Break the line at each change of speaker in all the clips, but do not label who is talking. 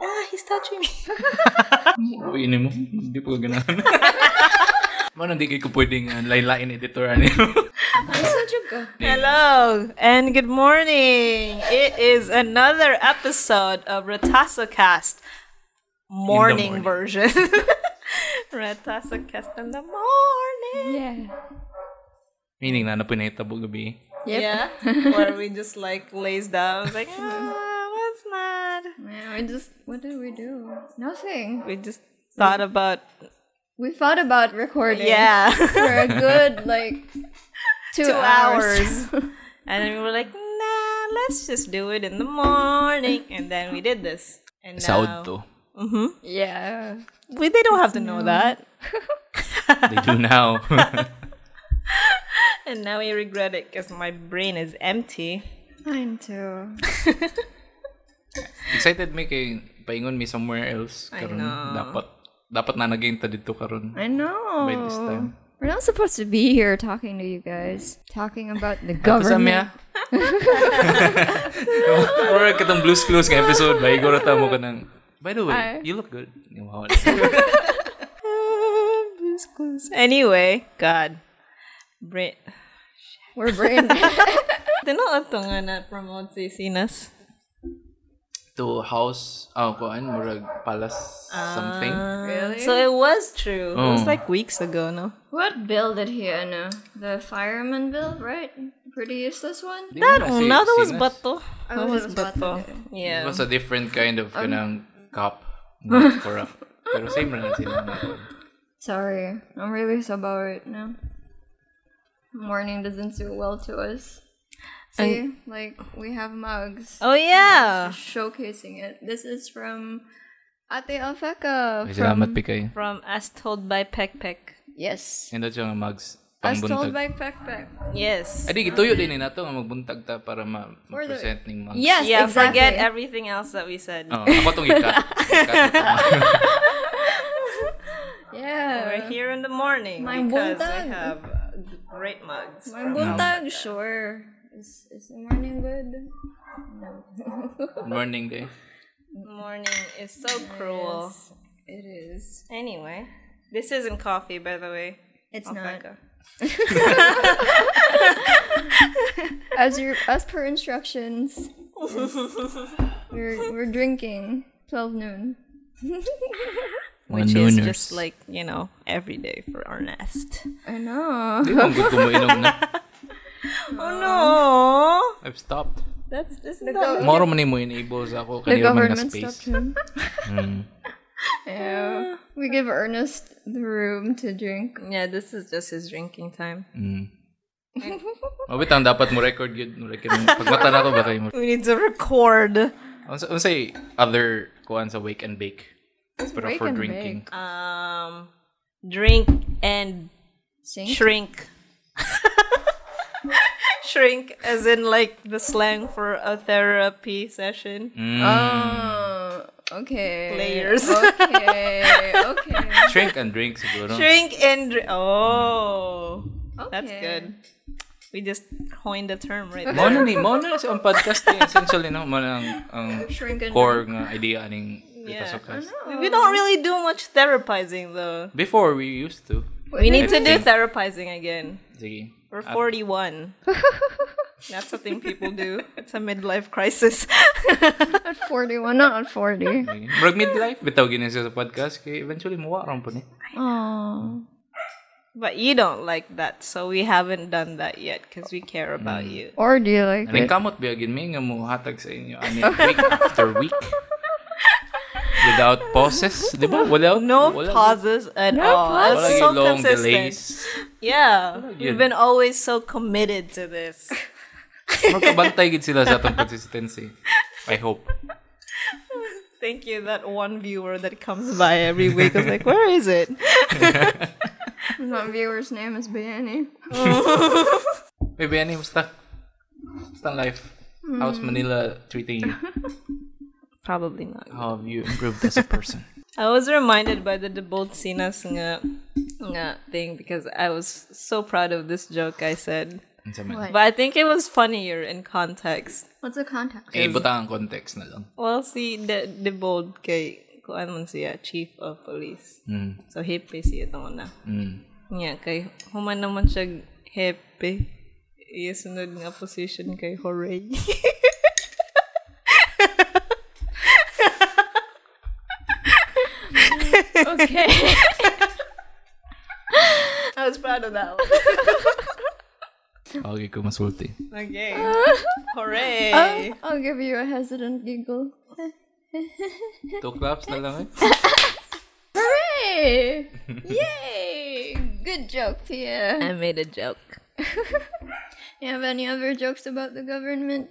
Ah, he's touching me.
Uwiin mo. Hindi po ganahan. Mano, hindi ko pwedeng uh, laylain editoran niyo.
Hello and good morning. It is another episode of Retasso Cast morning,
morning.
version. Retasso Cast in the morning.
Yeah.
Meaning na, na po nahitabo gabi.
Yep.
Yeah, where we just like lays down like ah, what's not.
Man, we just what did we do? Nothing.
We just thought about
We thought about recording.
yeah
For a good like two,
two
hours.
hours, and then we were like nah, let's just do it in the morning, and then we did this. And now
Saud to.
yeah.
we they don't have to know that.
They do now.
And now I regret it because my brain is empty.
Mine too.
Excited me kay paingon me somewhere else. Karon, dapat dapat na naging ta dito karon.
I know.
By this time.
We're not supposed to be here talking to you guys. Talking about the
Tapos sa
government.
miya. ya? Or katong blues clues nga episode ba igoro ta mo kanang By the way,
Ay.
you look good. Wow.
Anyway, God. Brain.
We're brain
Tinood to nga na promote si Sinas.
to house, oh, kuan, murag palace
Ah.
something.
really?
So it was true. It was
Oh.
like weeks ago, no?
what bill did he enter? The fireman bill, right? Pretty useless one?
Di
That
man na
one,
si-
no, that was
sinas.
Bato.
Oh,
That
it
was
was
Bato.
Bato,
It
Yeah.
was
Um,
a different kind of kanang cup. Not for a, pero same na lang sila.
Sorry, I'm really sober right now. Morning doesn't do well to us. See, like we have mugs
Oh, yeah.
showcasing it. This is from Ate Alfeca.
Ay,
From,
salamat pi kayo.
From As Told by Peck Peck.
yes,
Hindi siya nga mags.
as
Pangbuntag.
told by Peck Peck.
Yes.
Adi, ituyo din ni nato nga magbuntag ta para ma-
For the-
ma-present ning mags.
Yes,
Yeah,
exactly.
forget everything else that we said.
Oo, ako tong ikat. Ikat na tama.
We're
yeah,
here in the morning
My
because
buntag.
we have uh, great mugs.
my buntag. Sure, is is the morning good? No,
Morning day.
Morning is so cruel.
it is.
Anyway, this isn't coffee, by the way.
It's not.
Alpaca.
as your as per instructions it's- we're we're drinking 12 noon
Which is just like, you know, every day for our nest.
i know
Di mong good kumainom na.
Um, Oh no!
I've stopped.
That's this is
Moro man mo enable sa ako.
the
Kanila man na
government
space.
stopped him yeah. we give ernest the room to drink
Yeah, this is just his drinking time.
Mabit ang dapat mo record yun. Mo record mo. Pag mata na to ba kayo mo.
We need to record.
Unsa unsay other kuan sa wake and bake. Pero
wake
for
and
drinking.
Um, drink and
sing
shrink. shrink, as in like the slang for a therapy session.
Mm.
Ah. oh okay
Layers.
okay okay
Shrink and drink siguro.
Shrink and dr- oh, that's
Okay.
good. We just coined the term right there.
Mao na ni, mao na lang sa ang podcast eh. Essentially no, mao na ang ang
shrink and
core nga idea aning
Yeah. ano?
Ritasokas.
We don't really do much therapizing though.
Before we used to.
We need to do
think-
therapizing again.
Sige.
We're 41. That's a thing people do. It's a midlife crisis.
41 not on 40
Sige. Murag midlife bitaw gini siya sa podcast kay eventually muwa ron po ni.
oh
but you don't like that, so we haven't done that yet because we care
Hmm.
about you.
or do you like
Aning kamot biya gid mi nga muhatag sa inyo ani week after week. Without pauses, di ba? Without
No
wala,
pauses at all.
pauses.
Wala
That's
yung
so
long
consistent.
delays.
Yeah,
yun.
we've been always so committed to this.
Magkabantay gid sila sa atong consistency. I hope.
Thank you, that one viewer that comes by every week. I was like, where is it?
my viewer's name is Bianni.
Baby, ano yung musta? Musta ang life? How's
Hmm.
Manila treating you?
Probably not.
How have you improved as a person?
I was reminded by the Debolt Sinas nga, nga thing because I was so proud of this joke I said.
Unsa man.
What?
But I think it was funnier in context.
What's the context?
Eh, butang ang context na lang.
Well, see, the, the bold kay kuan man siya, chief of police.
Mm.
So, hippie siya ito na.
Mm.
Nga, kay human naman siya hippie. Iya, sunod nga position kay Horay.
Okay.
I was proud of that one.
Okay, kumasulti.
Okay. Hooray!
I'll give you a hesitant giggle.
Two claps na lang eh.
Hooray! Yay! Good joke, Pia.
I made a joke.
You have any other jokes about the government?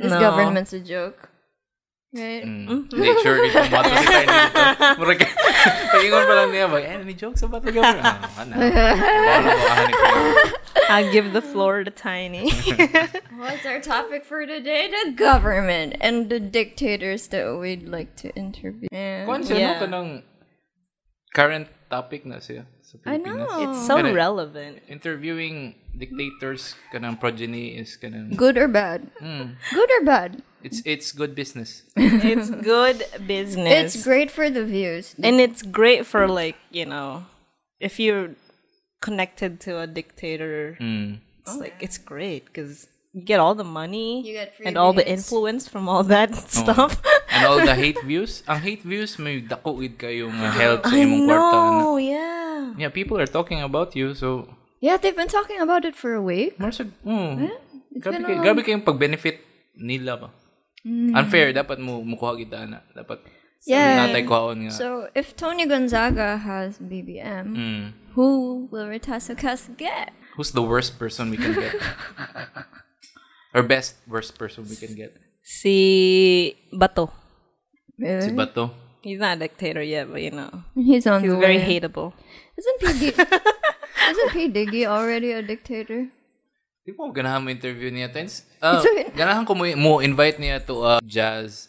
This
No. Mm.
government's a joke. Right?
Hmm. Hindi, sure, ikaw mato si Tiny dito. Murag, pagingon pa lang niya ba, eh, any jokes about the government? Ah, ano? Bawal ako, ah, hanip ko lang.
I give the floor to Tiny.
What's our topic for today? The government and the dictators that we'd like to interview. Yeah.
Kung siya,
Yeah.
no, kanang current topic na siya sa
I
Pilipinas.
know.
it's so
Correct.
relevant.
Interviewing dictators, kanang progeny is kanang,
Good or bad?
Mm.
Good or bad?
it's it's good business.
It's good business.
It's great for the views.
and it's great for like, you know, if you're connected to a dictator, it's like it's great cuz you get all the money
You get free
and all the
views.
influence from all that stuff.
And all the hate views, ang hate views may dakuid kayong uh, help sa
I
imong kwarta. ano.
know, yeah.
Yeah, people are talking about you, so
Yeah, they've been talking about it for a week.
Marsag, mm. Gabi,
Eh, been a
kay,
long- Mm.
gabi kayong pag-benefit nila ba? Unfair, dapat mo mukuha kita na. Dapat
Yeah.
natay kuhaon nga.
So if Tony Gonzaga has BBM,
Mm.
who will Retasso Cast get?
Who's the worst person we can get? Or best worst person we can get?
Si Bato.
Si Bato.
He's not a dictator yet, but you know,
He's on
he's
the
very
way.
hateable.
Isn't P. Dig- Isn't P. Diggy already a dictator?
Di mo ganahan mo interview niya, Tens? Ah,
It's okay.
ganahan ko mo, mo invite niya to a jazz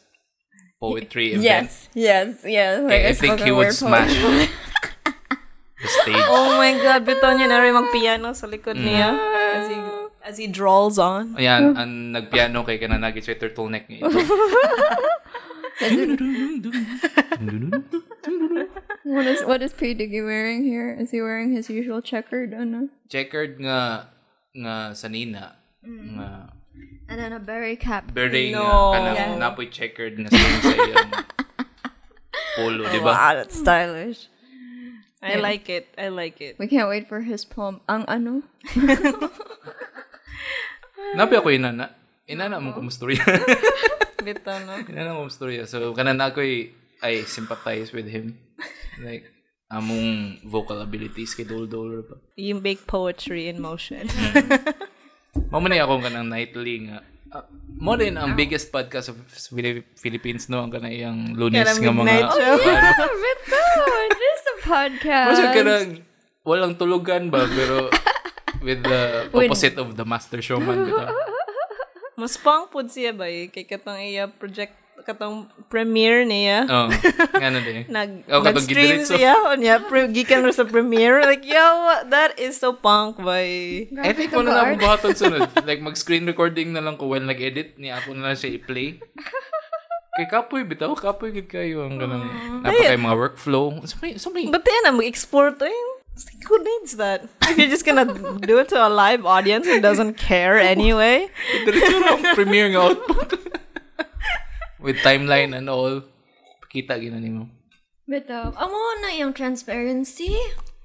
poetry event.
yes, yes.
Kay I think he would smash the stage.
Oh my god, biton niya na rin mag-piano sa likod niya as he, as he drawls on.
Ayan, ang nagpiano kay kana nagi sa turtleneck niya.
What is what is P. Diggy wearing here? Is he wearing his usual checkered and
checkered nga nga sanina nga
a, and then a berry cap?
beret nga
No.
kanang napoy checkered nga sa sa iyang polo di ba
that's stylish.
I like it. I like it.
We can't wait for his poem. Ang ano?
napi ako inana inana mo kumustorya
Biton, no?
inana mo kumustorya so kanang ako'y I sympathize with him like among vocal abilities kay Dol Dol pa
You make poetry in motion.
Mm. Mamunay ako kanang nightly nga. Ah, mo rin ang biggest podcast of Phili- Philippines no ang kanayang lunes
Kanang
nga mga Oh,
midnight show.
Rito, this is a
Kasi
podcast.
kanang walang tulugan ba pero with the opposite of the master showman bitaw.
Mas pang pud siya ba eh? Kay katong iya project, katong premiere niya.
Oh, ano din.
Nag,
Oh, katong
nag-stream
gidiretso.
siya. O niya, pre- gikan rin sa premiere. Like, yo, that is so punk ba eh?
I think wala na akong buhaton sunod. Like, mag-screen recording na lang ko while nag-edit niya ako na lang siya i-play. Kay Kapoy, bitaw. Kapoy, gid kayo. Ang ganang, napakay mga workflow. Sabi, sabi,
But then I'm explore to him. It's like, Who needs that? If you're just gonna do it to a live audience who doesn't care anyway.
Diretso na ang premiere nga output. With timeline and all. Pakita gina nimo.
Bitaw. Amo na yung transparency.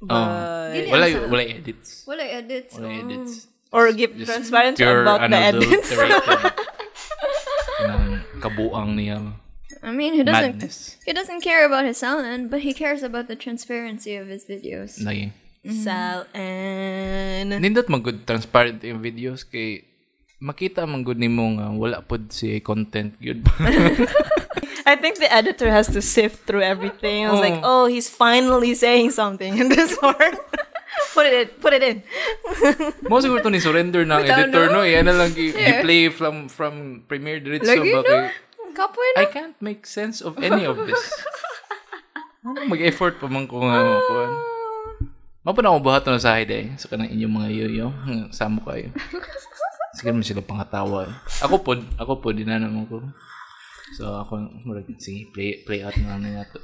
Uh,
Oh.
Dili
Wala
ang sa-
wala edits.
Wala edits.
Wala edits.
Or give
Just
transparency
Pure ano,
about the edits.
unadulterated. Nang kabuang niya.
I mean, he doesn't
Madness.
he doesn't care about his sound, but he cares about the transparency of his videos.
Lagi.
Sal and
Nindot mag good transparent yung videos kay makita man good nimo nga wala pod si content good.
I think the editor has to sift through everything. I was like, oh, he's finally saying something in this part. put it in. Put it in.
Mo siguro to ni surrender na ang
Bitaw,
editor no,
no?
yan na lang gi- play from from Premiere diretso
Lagi,
ba
no?
kay
Kapoy
I
na.
can't make sense of any of this. Ano Mag-effort pa man ko nga makuha. Mao pa na ako buhat na sa hiday sa kanang inyong mga yoyo. Hmm, Samo kayo. Sige naman sila pangatawa. eh. Ako po, ako po, dinanam ko. So ako, murag, sige, play, play out na lang na to.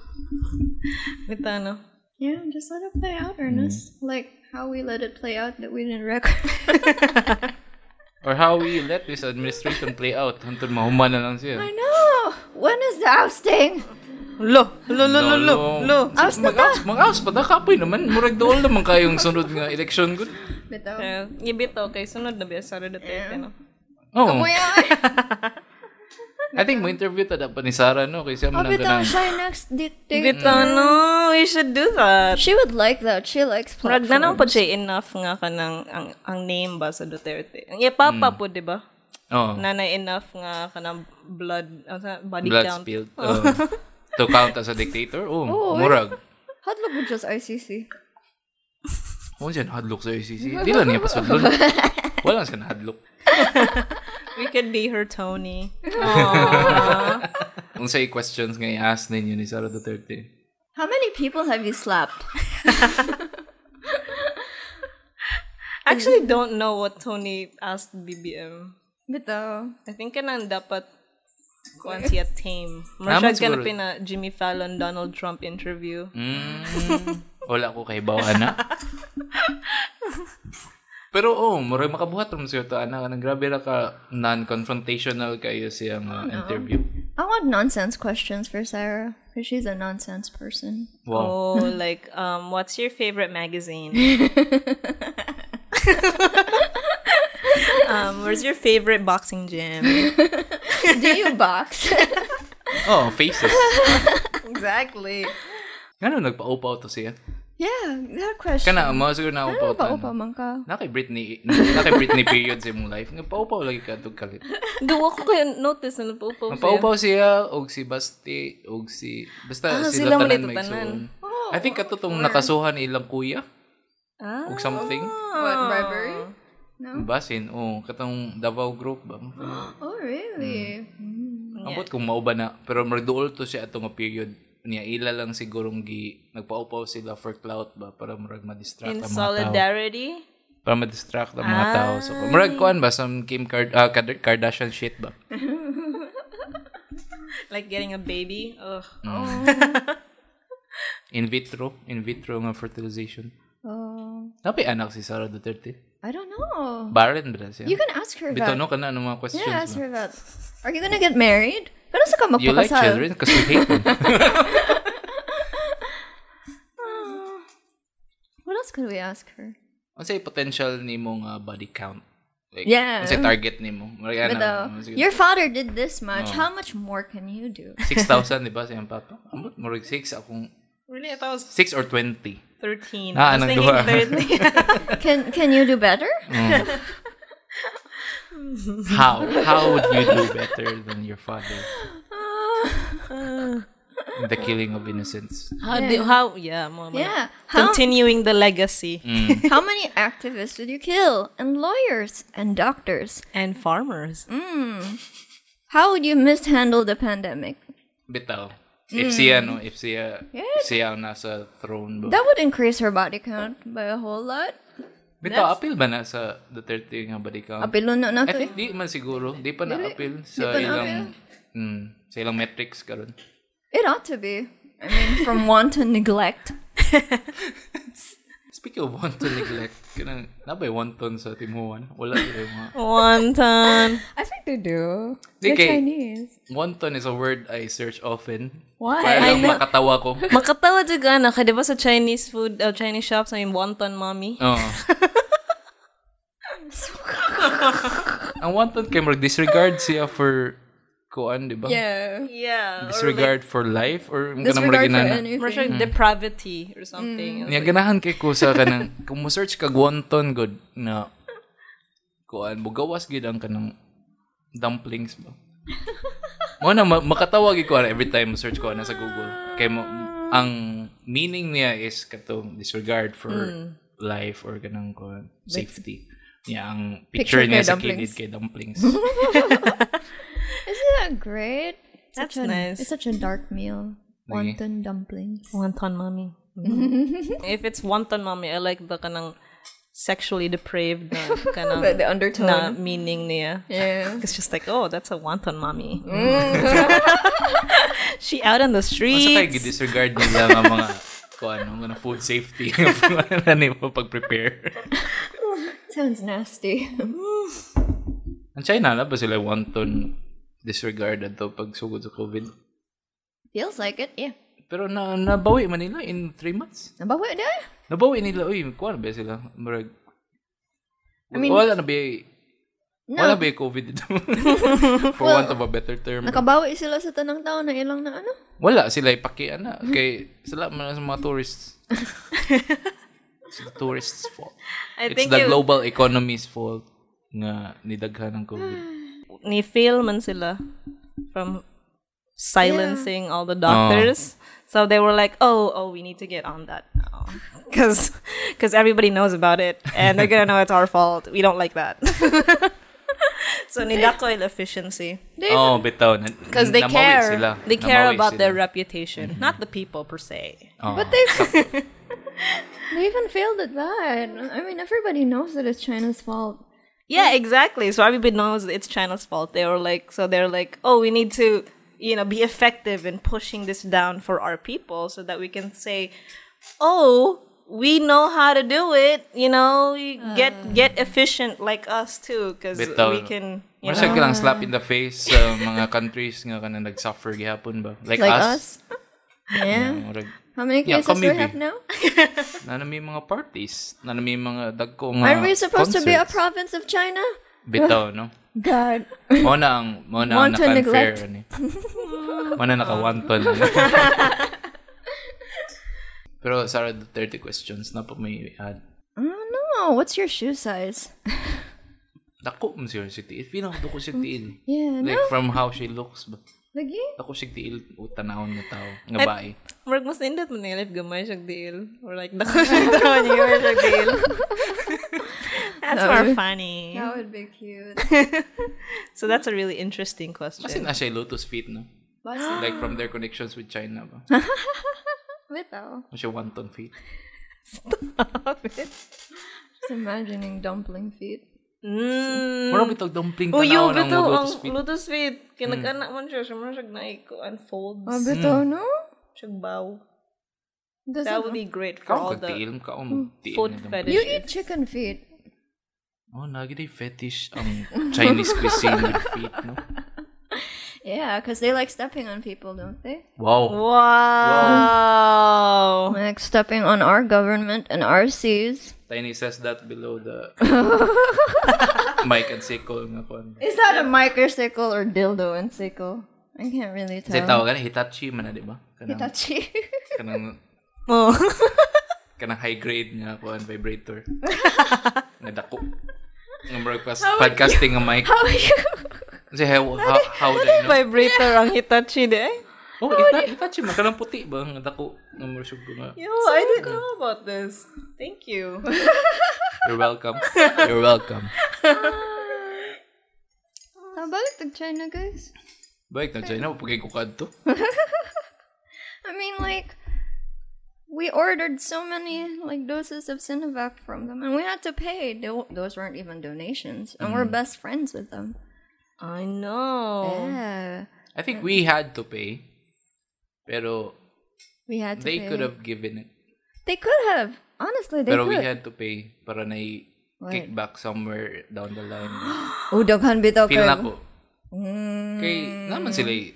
With ano?
Yeah, just let it play out, Ernest. Like how we let it play out that we didn't record.
Or how we let this administration play out until mahuma na lang siya.
I know. When is the ousting?
Lo, lo, lo, lo, lo, lo.
Aos na
Mag-aus, mag-aus pa da, kapoy naman. Murag dool naman kayong sunod nga election good.
Bitaw.
Uh, ibito, kay sunod na biya, Sara Duterte, no?
Oh,
Kuya,
I think mo interview ta dapat ni Sarah no kay siya man ang
bitaw
ganang.
siya next dictator.
Bito, no, we should do that.
She would like that. She likes
Murag
platform.
na lang po siya enough nga ka ng ang, ang name ba sa Duterte. Ang ipapa po, di ba?
Oh,
Nanay enough nga ka ng blood, ano sa- body
blood
count.
spilled. Oh. to count as a dictator. Oh, murag.
Hadlok mo just ICC.
Mo Oh, siya hadlok sa ICC. Di lang niya pasudlon. Wala siya hadlok.
We could be her Tony.
Kung say questions nga i-ask ninyo ni Sarah Duterte.
How many people have you slapped?
I actually don't know what Tony asked BBM.
Bitaw.
I think kanang dapat kuan siya tame.
Naman
Masyag ka na
siguro. Mm.
pina Jimmy Fallon, Donald Trump interview.
Wala ko kay bawa na. Pero oh, murag makabuhat rin siya to ana kanang grabe ra ka non-confrontational kayo siya nga interview.
I want nonsense questions for Sarah because she's a nonsense person.
Wow.
Oh, like, um, what's your favorite magazine? um, where's your favorite boxing gym?
Do you box?
Oh, faces.
exactly.
Ano nagpa-upaw to siya?
yeah, that question.
Kana mo siguro na upaw to. ano?
Ano ba upa man ka?
Na kay Britney, na kay Britney period sa imong life. Nagpaupaw lagi ka tug kalit.
Gawa ko kayo notice na napupo siya.
Nagpaupaw siya og si Basti og si basta
Ah, sila
sila
muli
tanan may
tutanan. Oh,
suon. I think ato tong nakasuhan ilang kuya
Ah.
og something.
What, bribery?
Basin, oh, katong Davao group ba?
Mm,
Oh, really?
Ambot kung mauba na, pero magduol to siya ato nga period niya ila lang sigurong gi nagpaupaw sila for clout ba para murag
In
ma-distract ang mga tao.
solidarity?
Para ma-distract ang mga tao. So, murag kuan ba some Kim Card ah, Kad- Kardashian shit ba?
Like getting a baby? Ugh.
In vitro, in vitro nga fertilization.
Oh,
Napay anak si Sara Duterte.
I don't know.
Barren ba siya?
You can ask her that.
Bitanong ka na ng ano mga questions.
Yeah, ask
ba?
her that. Are you gonna get married? Kano sa ka
You like
magpakasal?
children? Because we hate them.
What else could we ask her?
Ano sa'yo potential ni mo nga body count? Like,
Yeah.
Ano sa'yo target ni mo? Maria na.
But though,
ano, Sige.
your father did this much. How much more can you do?
6,000, di ba? Sa iyang papa? Ambot, Murag 6 akong...
Really? I thought it was
6 or 20.
13. I
Ah,
was
anong
thinking
duha.
13.
Can Can you do better?
How? How would you do better than your father? In the killing of innocents.
How do how yeah, more money.
Yeah. How
Continuing the legacy
How many activists did you kill? And lawyers and doctors.
and farmers.
How would you mishandle the pandemic?
Bitaw. If siya, no? If siya,
Yeah.
if siya ang nasa throne ba?
That would increase her body count by a whole lot.
Bitaw, appeal ba na sa Duterte nga body count?
Apilo
I
na natin.
think di man siguro. Di pa na-appeal sa
pa
ilang... Mm, sa ilang metrics karon.
It ought to be. I mean, from wanton neglect.
Speaking of wanton neglect, kanang nabay wanton sa timuan. Wala sila yung mga...
Wonton.
I think they do.
They're Okay.
Chinese.
Wanton is a word I search often.
Why?
Para lang makatawa ko.
Makatawa dyan ka, ano, kaya diba sa Chinese food, uh, Chinese shops, I mean, wonton, mommy?
Oo. Ang wanton kay mag disregard siya for kuan, di ba?
Yeah.
Yeah.
Disregard for life or ang kanang
Disregard for
marginana.
Or
anything.
like, depravity or
Mm.
something.
Niya ganahan kay ko sa kanang kung mo search kag wanton good na kuan bugawas gid ang kanang dumplings ba. Mo na ma- makatawa gid ko every time mo search ko na sa Google. Kay mo ang meaning niya is katong disregard for
Hmm.
life or kanang kuan safety. Niya ang picture,
Picture kay
niya sa
dumplings.
kilid kay dumplings.
Isn't that great?
That's
such a,
nice.
It's such a dark meal. Wonton dumplings.
Wonton, mommy. If it's wonton mommy, I like the kanang sexually depraved na
The,
kanang
the
na
undertone.
meaning niya.
Yeah. Mm.
It's just like, oh, that's a wonton mommy. she out on the
Masa kayo
streets.
disregard nila nga mga kung ano, mga food safety na nila pag-prepare.
Sounds nasty.
Ang China, na ba sila wanton disregarded to pag sugod sa COVID?
Feels like it, yeah.
Pero na nabawi man nila in three months.
Nabawi na.
Nabawi nila, uy, kuha na ba sila? Marag,
I mean-
wala na ba
No.
Wala ba yung COVID dito? For want of a better term.
Nakabawi sila sa tanang taon na ilang na ano.
Wala sila ipakian na. Kay sila man sa mga tourists. It's the tourists' fault.
I
It's
think
the
you-
global economy's fault nga nidaghan ng COVID.
Hmm. ni fail man sila from silencing all the doctors. So they were like, "Oh, oh, we need to get on that now, because everybody knows about it, and they're gonna know it's our fault. We don't like that." so nidakoil efficiency
Mm,
Oh, bitaw.
because they care. They care about their
their
reputation, not the people per se.
But
they They even failed at that. I mean, everybody knows that it's China's fault.
Yeah, exactly. So everybody knows it's China's fault. They were like, so they're like, oh, we need to, you know, be effective in pushing this down for our people so that we can say, oh, we know how to do it. You know, you get get efficient like us too, because
Bitaw,
we
no?
can. You
Masa
know.
ka lang slap in the face sa mga countries nga kanang nag-suffer gihapon ba? Like,
Like
us.
us. Yeah.
Murag,
How many
Yeah, Uh,
cases do we
committee.
have now?
na na may mga parties, na na may mga dagko nga
Are we supposed to be a
concerts.
province of China?
Bitaw, no?
God.
Mo na ang mo na ang
Want to
naka-unfair
neglect.
ani. Mo na naka-wanton. Pero Sarah Duterte questions na pa may add.
Oh no, what's your shoe size?
Dako mo siya si Tiil. Feel ako dako si Tiil.
Yeah,
Like from how she looks ba.
Lagi?
Dako si Tiil o tanawon nga tao nga bae.
Murag mas nindot mo nilip gamay siyang deal. Or like, dako siyang tawa niya gamay siyang deal. That's more funny.
That would be cute.
So that's a really interesting
Kasi
question.
na siya lotus feet no.
But
Like from their connections with China ba.
without
Mo siya wanton feet.
just imagining dumpling feet.
Mm.
Mura bitog dumpling
Oh, yo,
tanaw ng
bito, ang
lotus feet.
Lotus Feet. Kaya nag-anak man siya, siya man siya naiko-unfolds.
Oh, but oh no?
siya bow.
Does
That
it
would be great for all
Kaon
the...
ka Tiil, kaon mo Tiil.
Food
nga
fetish.
dumpling.
You eat chicken feet.
Oh, lagi day fetish ang Chinese cuisine with feet, no?
Yeah, because they like stepping on people, don't they?
Wow.
Wow!
Like stepping on our government and our seas.
Tiny says that below the mic and sickle nga kon.
Is that a microcycle or dildo and sickle? I can't really
Kasi
tell.
tawag na Hitachi man na, di ba? Kanang,
Hitachi.
kanang,
Oh.
kanang high grade nga kon vibrator. nga dako. Nga murag pas podcasting nga mic.
How Oh, you?
Kasi how, how, how
Ano
do you know?
Vibrator ang Hitachi, eh? de?
Oh, Hita, Hitachi man. Kanang puti ba? Nga dako. Nga murag sugbo nga.
Yo, I didn't know about this. Thank you.
You're welcome. You're welcome.
Nabalik tag China, guys.
Baik na China, pagay ko kadto.
I mean, like, we ordered so many like doses of Sinovac from them, and we had to pay. Tho- Those weren't even donations, and we're best friends with them.
I
Eh.
know.
Yeah,
I think we had to pay. Pero
we had to.
they
pay.
could have given it.
They could have. Honestly, they
Pero
could.
we had to pay para na kickback somewhere down the line.
Oh, daghan bitaw
Feel
kay-
na ko.
Hmm.
Kay, naman sila eh,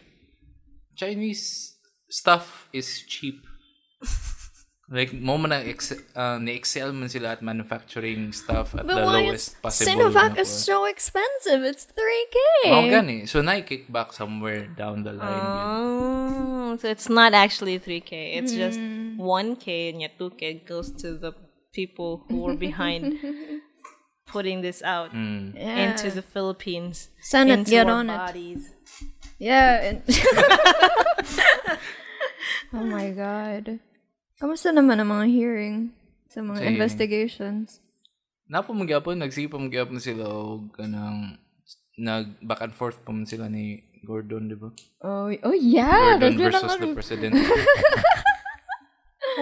Chinese stuff is cheap. Like, mo man ang ex- uh, ni-excel man sila at manufacturing stuff at
But
the
why
lowest
is
possible.
Sinovac
na
is
kuha.
so expensive? It's three k.
Mao gani. So, na-kickback somewhere down the line.
Ah.
Oh,
yun.
so it's not actually 3K. It's just
Hmm.
1K and yet 2K goes to the people who were behind putting this out
Yeah.
into the Philippines.
Senate,
into
get
our
on it.
bodies.
Yeah. And oh my god. Kamusta naman ang mga hearing sa
Sa
mga
hearing.
investigations?
napamagapon, nagsipamagapon sila o kanang nag back and forth pa man sila ni Gordon, di ba?
Oh, y- oh yeah.
Gordon
There's been a
versus
lot
the
of
president.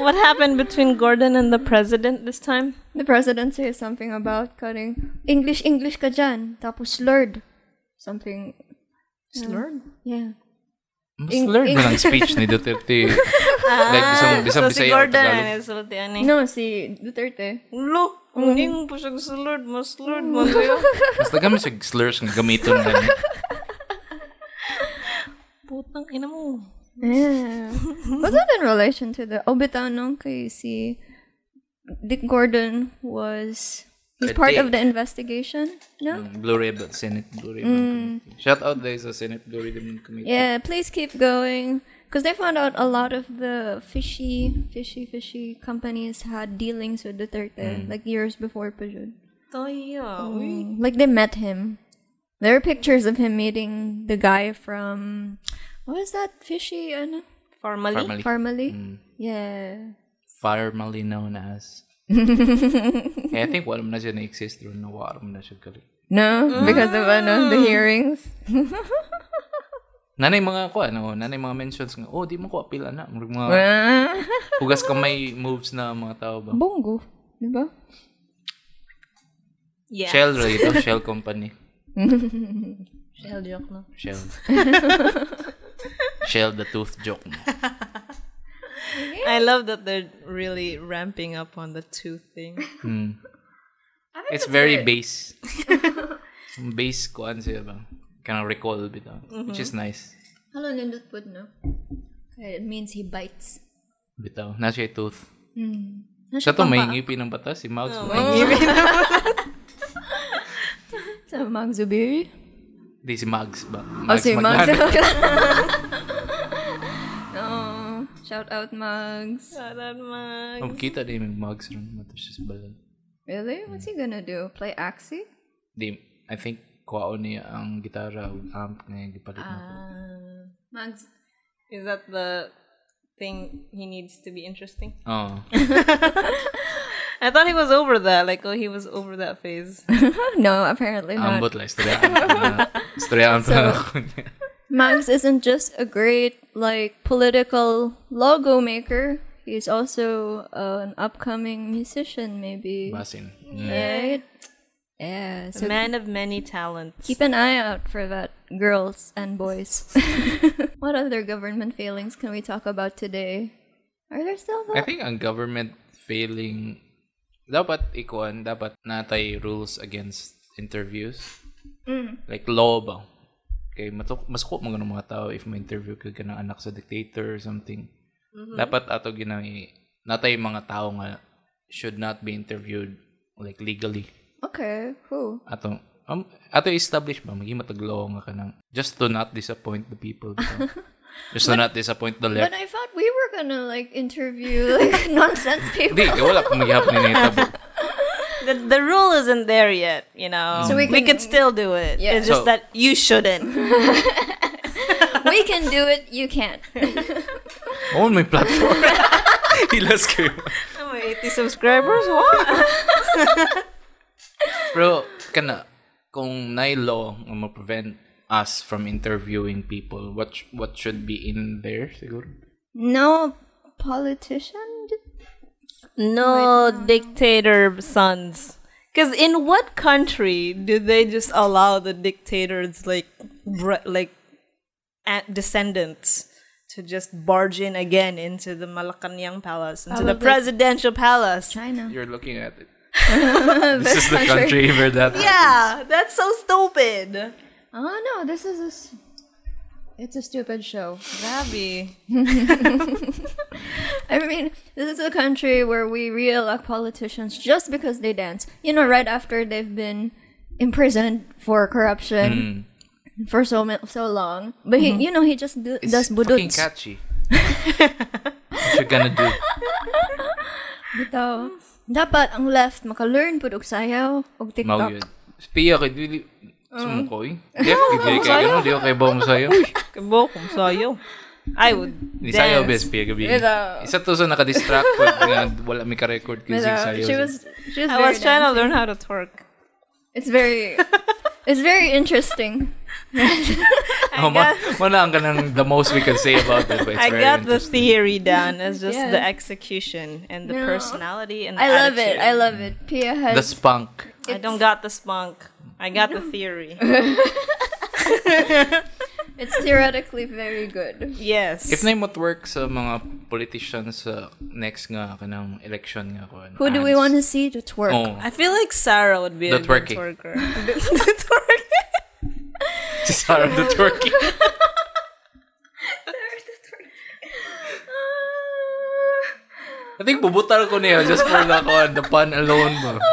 What happened between Gordon and the president this time?
The president says something about cutting English, English ka dyan. Tapos slurred. Something.
Slurred?
Yeah.
Mas
Eng-
learn mo
Eng-
lang speech ni Duterte. like, bisang, bisang
Ah, So si
Bisaya o
Gordon
Tagalog.
and sulti ani.
No, si Duterte.
Lo, hindi mo pa siya slurred, mas slurred mo siya.
Mas nagamit siya slurs ng ano, gamiton na
Putang ina mo.
Yeah. Was that in relation to the Obitano kay si Dick Gordon was he's
The
part of
dick. Mm.
the investigation? No?
Blue Ribbon, Senate Blue Ribbon
Mm.
Committee. Shout out there sa Senate Blue Ribbon Committee.
Yeah, please keep going. Because they found out a lot of the fishy, fishy, fishy companies had dealings with Duterte like years before Pajud.
Toyo.
Mm. Like they met him. There are pictures of him meeting the guy from what is that fishy and
Formally.
Formally,
Farmally? Yeah.
formally known as. Eh, I think wala mo na siya na-exist or nawala mo na siya kali.
No, because of ano, the hearings.
Nanay mga ko, ano, nanay mga mentions nga, oh, di mo ko appeal, anak. Murag mga hugas kamay moves na mga tao ba?
Uh. Bongo, di ba?
Yeah.
Shell ra ito, Shell Company.
Shell joke na.
Shell. Shell the tooth joke mo.
I love that they're really ramping up on the tooth thing.
It's very base. Some base kuan siya ba? Kind of recall bitaw, which
Mm-hmm.
is nice.
Hello, nindot po, no? Kaya it means he bites.
Bitaw, na siya tooth.
Na
Siya to may ngipi ng batas, si Mags. may ngipi.
Sa Mang Zubiri?
Di si Mags ba?
Oh, si Mang
Maglan.
oh, shout out Mags.
Oh, kita di may Mags ron. Matas siya sa balay.
Really? What's he gonna do? Play Axie?
Di, I think kuwaon niya ang gitara o amp na yung gipalit na ko.
Mags.
Is that the thing he needs to be interesting?
Oo.
Ah.
I thought he was over that. Like, oh, he was over that phase.
no, apparently not.
Oh, Ambot lang. Istorya amp na. Istorya amp na ako niya.
Mags isn't just a great like political logo maker. He's also uh, an upcoming musician, maybe.
Basin.
mm. Right? Yeah. So
Man of many talents.
keep an eye out for that, girls and boys. what other government failings can we talk about today? Are there still
I
that?
think ang government failing dapat ikuan dapat natay rules against interviews. Like law ba? Okay, matuk masuko mga ng mga tao if may interview ka ka ng anak sa dictator or something. Dapat ato ginay natay mga tao nga should not be interviewed like legally.
Okay, who?
Ato um, ato establish ba maging matag law nga kanang just to not disappoint the people. bitaw. just to not disappoint the left.
But I thought we were gonna like interview like nonsense people.
Di, kaya wala kung magyapon ni Neta.
The, the rule isn't there yet, you know. So
we
we,
can-
could still do it.
Yeah.
It's just
So-
that you shouldn't.
we can do it, you can't.
Oo, may platform. Hilas kayo.
Oh, 80 subscribers? What?
Pero, kana, kung nai law nga ma-prevent us from interviewing people, what sh- what should be in there, siguro?
No politician?
No dictator sons. Because in what country do they just allow the dictators, like, bre- like a- descendants, to just barge in again into the Malacanang palace, into the
Probably-
presidential palace?
China.
You're looking at it. this is the country where that
Yeah, that's so stupid.
Oh no, this is a s- it's a stupid show.
Gabby.
I mean, this is a country where we re-elect politicians just because they dance. You know, right after they've been imprisoned for corruption for so ma- so long. But he, you know, he just do,
Mm. Mm-hmm. It's
does
fucking
buduts.
catchy. what you're gonna do?
Bitaw. Dapat ang left maka-learn pud og sayaw og
Mau
TikTok.
yun. Pia kay Dili.
Mm.
Sumukoy. Def, di kay ganun. Di kay bawang sa'yo.
Kabokum sayo. I would.
Ni sa'yo,
dance.
best, Pia gabi.
Bitaw.
Isa to sa nakadistract ko nga wala may ka-record kasi
Bitaw.
sa'yo.
She was she was
I was
very
trying to
dancing.
learn how to twerk.
It's very it's very interesting.
Oh, ma- wala ang kanang the most we can say about it, but it's
I
very
got the
interesting.
theory down. It's just
Yeah.
the execution and the
No.
personality and the
I love it.
attitude.
I love it. Pia has.
The spunk.
I don't got the spunk. I got the theory.
It's theoretically very good.
Yes.
If na yung work sa mga politicians sa next nga kanang election nga ko.
Who do we want to see to twerk?
Oh.
I feel like Sarah would be a
The
good
twerking.
twerker. The- the twerking.
Si Sarah the Turkey. I think bubutar ko niya just for the, kuan, the pun alone ba.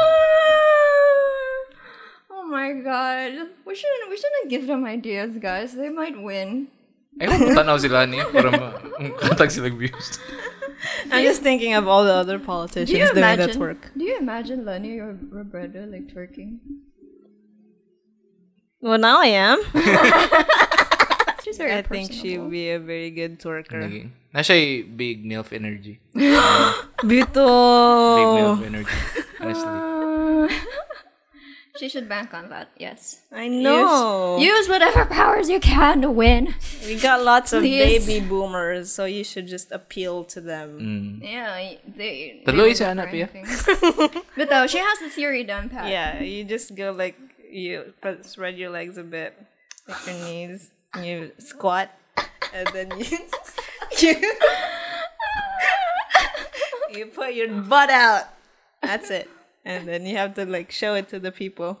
Oh my god. We shouldn't we shouldn't give them ideas, guys. They might win.
Eh, kung tanaw sila niya para ma- katag sila views.
I'm just thinking of all the other politicians
Do you
doing
imagine?
that work.
Do you imagine Lenny or Roberta like twerking?
Well, now I am.
She's very
I think she
personable.
would be a very good twerker.
Naging. Na siya big MILF energy. Big
Bito.
MILF energy. Honestly.
Uh, she should bank on that. Yes.
I know.
Use, use whatever powers you can to win.
we got lots of
Please.
baby boomers, so you should just appeal to them.
Yeah, they.
The
they
Louis
don't look
Anna, Pia.
for anything. but though she has the theory down pat.
Yeah, you just go like you but spread your legs a bit, with your knees, and you squat, and then you you, you put your butt out. That's it, and then you have to like show it to the people.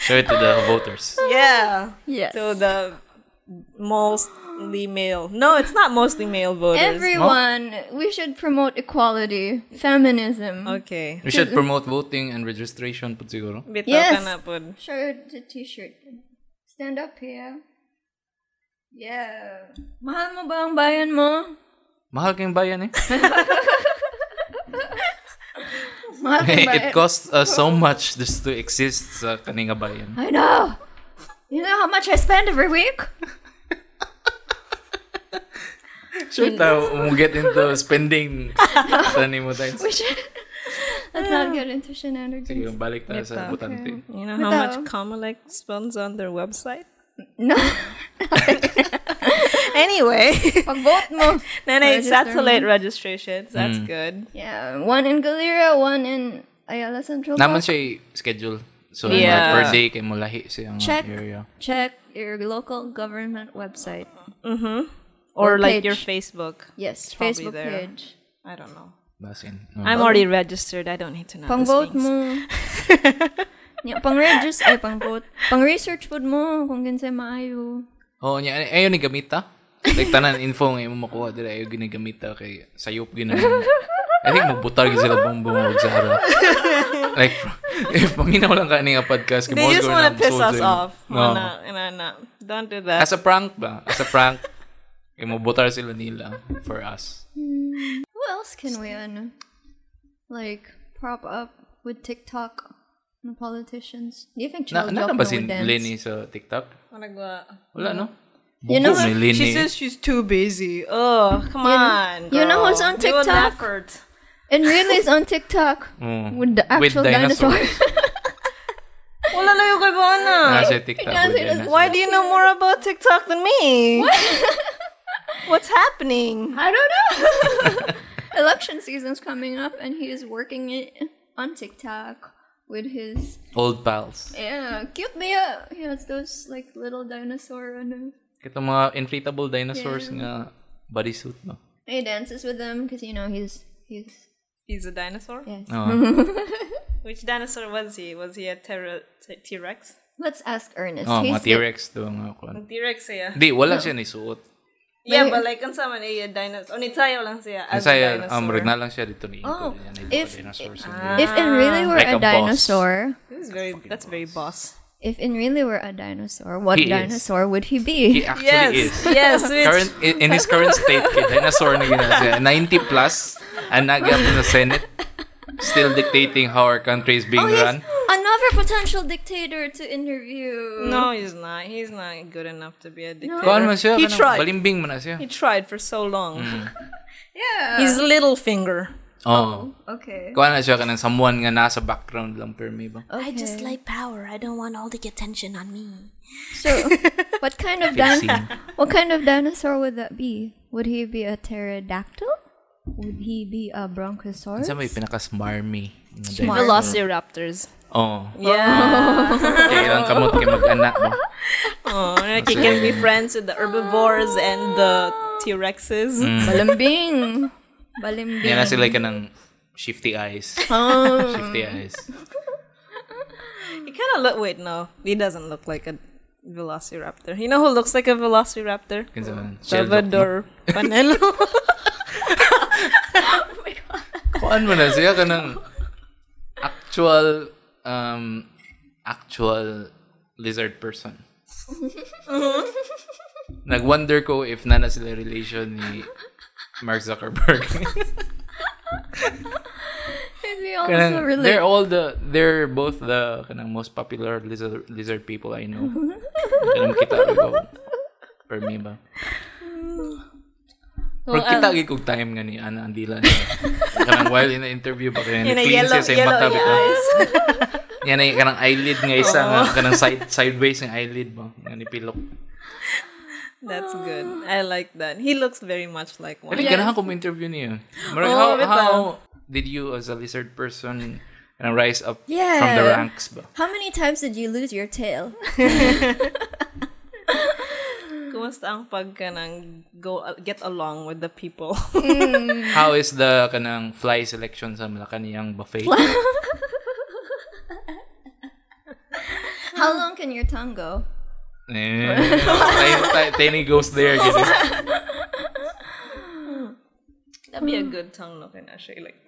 Show it to the voters.
Yeah.
Yes.
So the mostly male. No, it's not mostly male voters.
Everyone, we should promote equality, feminism.
okay.
We should promote voting and registration po siguro.
Bitaw
Yes.
ka na pod.
Show the t-shirt. Stand up here. Yeah. Mahal mo ba ang bayan mo?
Mahal kayong bayan eh.
Mahal mo
it
bayan.
costs us so much just to exist sa kaninga bayan.
I know. You know how much I spend every week?
Sure tayo, we'll get into spending sa nimo tayo.
We should. Let's not get into shenanigans.
Sige, balik tayo sa butante.
You know how
Bitaw.
much Kamalek spends on their website?
No.
Anyway,
Pag-vote mo.
then I
Register
satellite registrations. That's
Mm.
good.
Yeah, one in Galera, one in Ayala Central.
Naman
Park.
siya schedule. So,
Yeah.
per day kay mo lahi siya ang
Check.
area.
Check your local government website.
Or
Or
like
page.
your Facebook.
Yes,
probably
Facebook
there.
page.
I don't know.
Basin. No.
I'm already registered. I don't need to know.
Pang
these
vote
things.
mo. yeah, pang register, ay pang vote. Pang research pod mo kung kinsa maayo.
Oo, Oh, niya, ay- ayaw ni gamita. Like, tanan info nga yung makuha dila, ayaw ginagamita kay sayop ginamit. I think magbutar gid sila bang bumawag sa araw. Like, if panginaw lang ka ni nga podcast,
They
kay mawas
just
ko
want
na
to piss us
episode sa inyo.
off.
No.
No, no, no. Don't do that.
As a prank ba? As a prank. kay mabutar sila nila for us.
What else can we ano, like prop up with TikTok and politicians? Do you think
Na,
Chell
na,
Jock
ba
would
si
dance?
Lenny sa TikTok? Wala, no?
You
Bugo
know what?
ni Lenny.
She says she's too busy. Oh, come on.
you know
girl.
who's on
Do an
TikTok?
effort.
And really is on TikTok
Oo.
with the actual dinosaur.
Wala na yung kay Buana.
Ah, siya TikTok with dinosaur.
uh, Why do you know more about TikTok than me? What's happening?
I don't know. Election season's coming up, and he is working it on TikTok with his
Old pals.
yeah, cute Mia. He has those like little dinosaur and
Ito mga inflatable dinosaurs nga bodysuit, no?
he dances with them because you know he's he's
He's a dinosaur?
yes.
Oo.
Which dinosaur was he? Was he a ter- t- T-Rex?
Let's ask Ernest.
Oh,
he's
mga T-Rex to mga kwan.
T-Rex siya.
Di, wala siya ni suot.
Yeah, but like, unsa man iya dinosaur. Unitsayo lang siya as a
Masaya,
dinosaur.
um, rag na lang siya dito ni
Oh,
Inko. Yan,
if-
dinosaurs.
if in really were
Like a
a,
boss.
dinosaur,
He was very, that's very boss.
if in really were a dinosaur, what
He is.
dinosaur would he
He
be?
actually is.
uh, Yes, yes, which,
current in in his current state kay dinosaur na gina siya 90 plus and nagyap na senate still dictating how our country is being
Oh, he's
run
another potential dictator to interview.
No, he's not. He's not good enough to be a dictator.
Kuan man siya
He
kanang
tried.
balimbing man na siya Mm.
He tried for so long.
Yeah.
He's Littlefinger.
Oh.
Okay.
Kuha na siya ka ng someone nga nasa background lang per me
Oh,
ba?
I just like power. I don't want all the attention on me.
So, what kind of
Fixing.
din- what kind of dinosaur would that be? Would he be a pterodactyl? Would he be a bronchosaurus?
Isa may pinaka-smarmy. nga
Smart.
dinosaur.
Velociraptors.
Oo.
Yeah.
Kailan kamot kay mag-anak ba?
Oh, like you can be friends with the herbivores and the T Rexes.
Mm.
Mm. Balimbing. Balimbing.
Yan na sila ka ng shifty eyes.
Oh,
Shifty eyes.
he kind of look. Wait, no, he doesn't look like a Velociraptor. You know who looks like a Velociraptor?
Kinsa man?
Salvador Panelo.
Kuan mo na siya ka ng actual um actual lizard person. Nag-wonder ko if na na sila relation ni Mark Zuckerberg.
They also
Kanang-
relate.
they're all the they're both the kanang most popular lizard lizard people I know. Kanang kita ko ko. Per me ba? Pero
um,
kita gid kog time nga ni Ana Andila niya. kanang while in the interview ba kaya ni
In a
clean
yellow,
siya sa
yellow
mata bitaw.
eyes.
Yan ay kanang eyelid nga isa nga kanang side sideways nga eyelid ba nga ni pilok.
That's good. I like that. He looks very much like one.
Pero ganahan ko mo interview niya. Marag,
Oo,
how,
bitaw.
how did you as a lizard person kanang rise up from the
Yeah.
ranks ba?
How many times did you lose your tail?
Kumusta ang pagkanang go get along with the people?
How is the kanang fly selection sa Malacanang buffet?
How long can your tongue go?
Eh, tiny- ti- Tiny goes there. Gitu.
That'd be a good tongue look in actually like.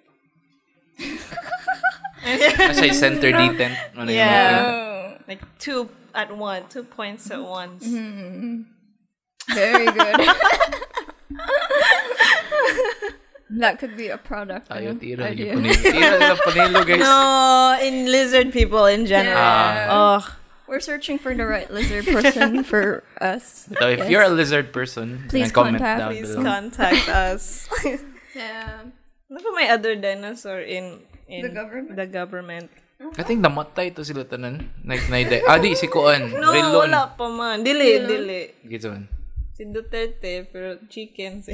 Kasi center detent. Ano yung mga-
Yeah. Like two at one, two points at once.
Very good. that could be a product.
Tayo
you know,
tira.
idea.
Yung panilo. Tira na panilo guys.
No, Oh, in lizard people in general. Oh. Ugh.
We're searching for the right lizard person for us.
So if you're a lizard person,
Please
then comment
contact-
down
please
below.
contact us.
Yeah.
Ano pa may other dinosaur in, in
The government?
The government.
I think namatay to sila tanan. Like, naide. Ah, di, si Kuan.
No,
Rilon.
wala pa man. Dili, dili.
Gitu man.
Si Duterte, pero chickens.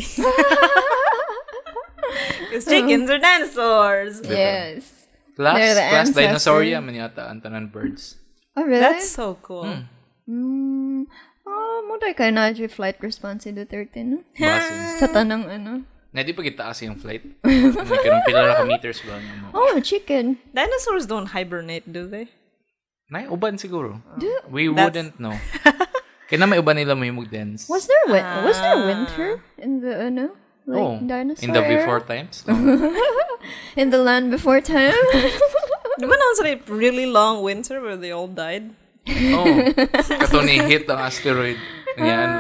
Because chickens are dinosaurs.
Yes.
Class,
They're the
class
ancestor.
dinosauria man yata ang tanan birds.
Oh, really?
That's so cool.
Mm, oh, mo tayo kayo na actually flight response si Duterte, no?
Basin.
Sa tanang ano.
Na di pa gitaas yung flight. May kanong pila na ka meters ba? Ano mo?
Oh, chicken.
Dinosaurs don't hibernate, do they?
May uban siguro. We wouldn't know. Kaya na may uban nila may mag-dance.
Was there win- was there winter in the ano? Like
Oh,
dinosaur
in the
era?
before times? Oh.
in the land before time.
Naman naman sa really long winter where they all died.
oh. Kato ni hit ang asteroid.
Ah.
Ayan.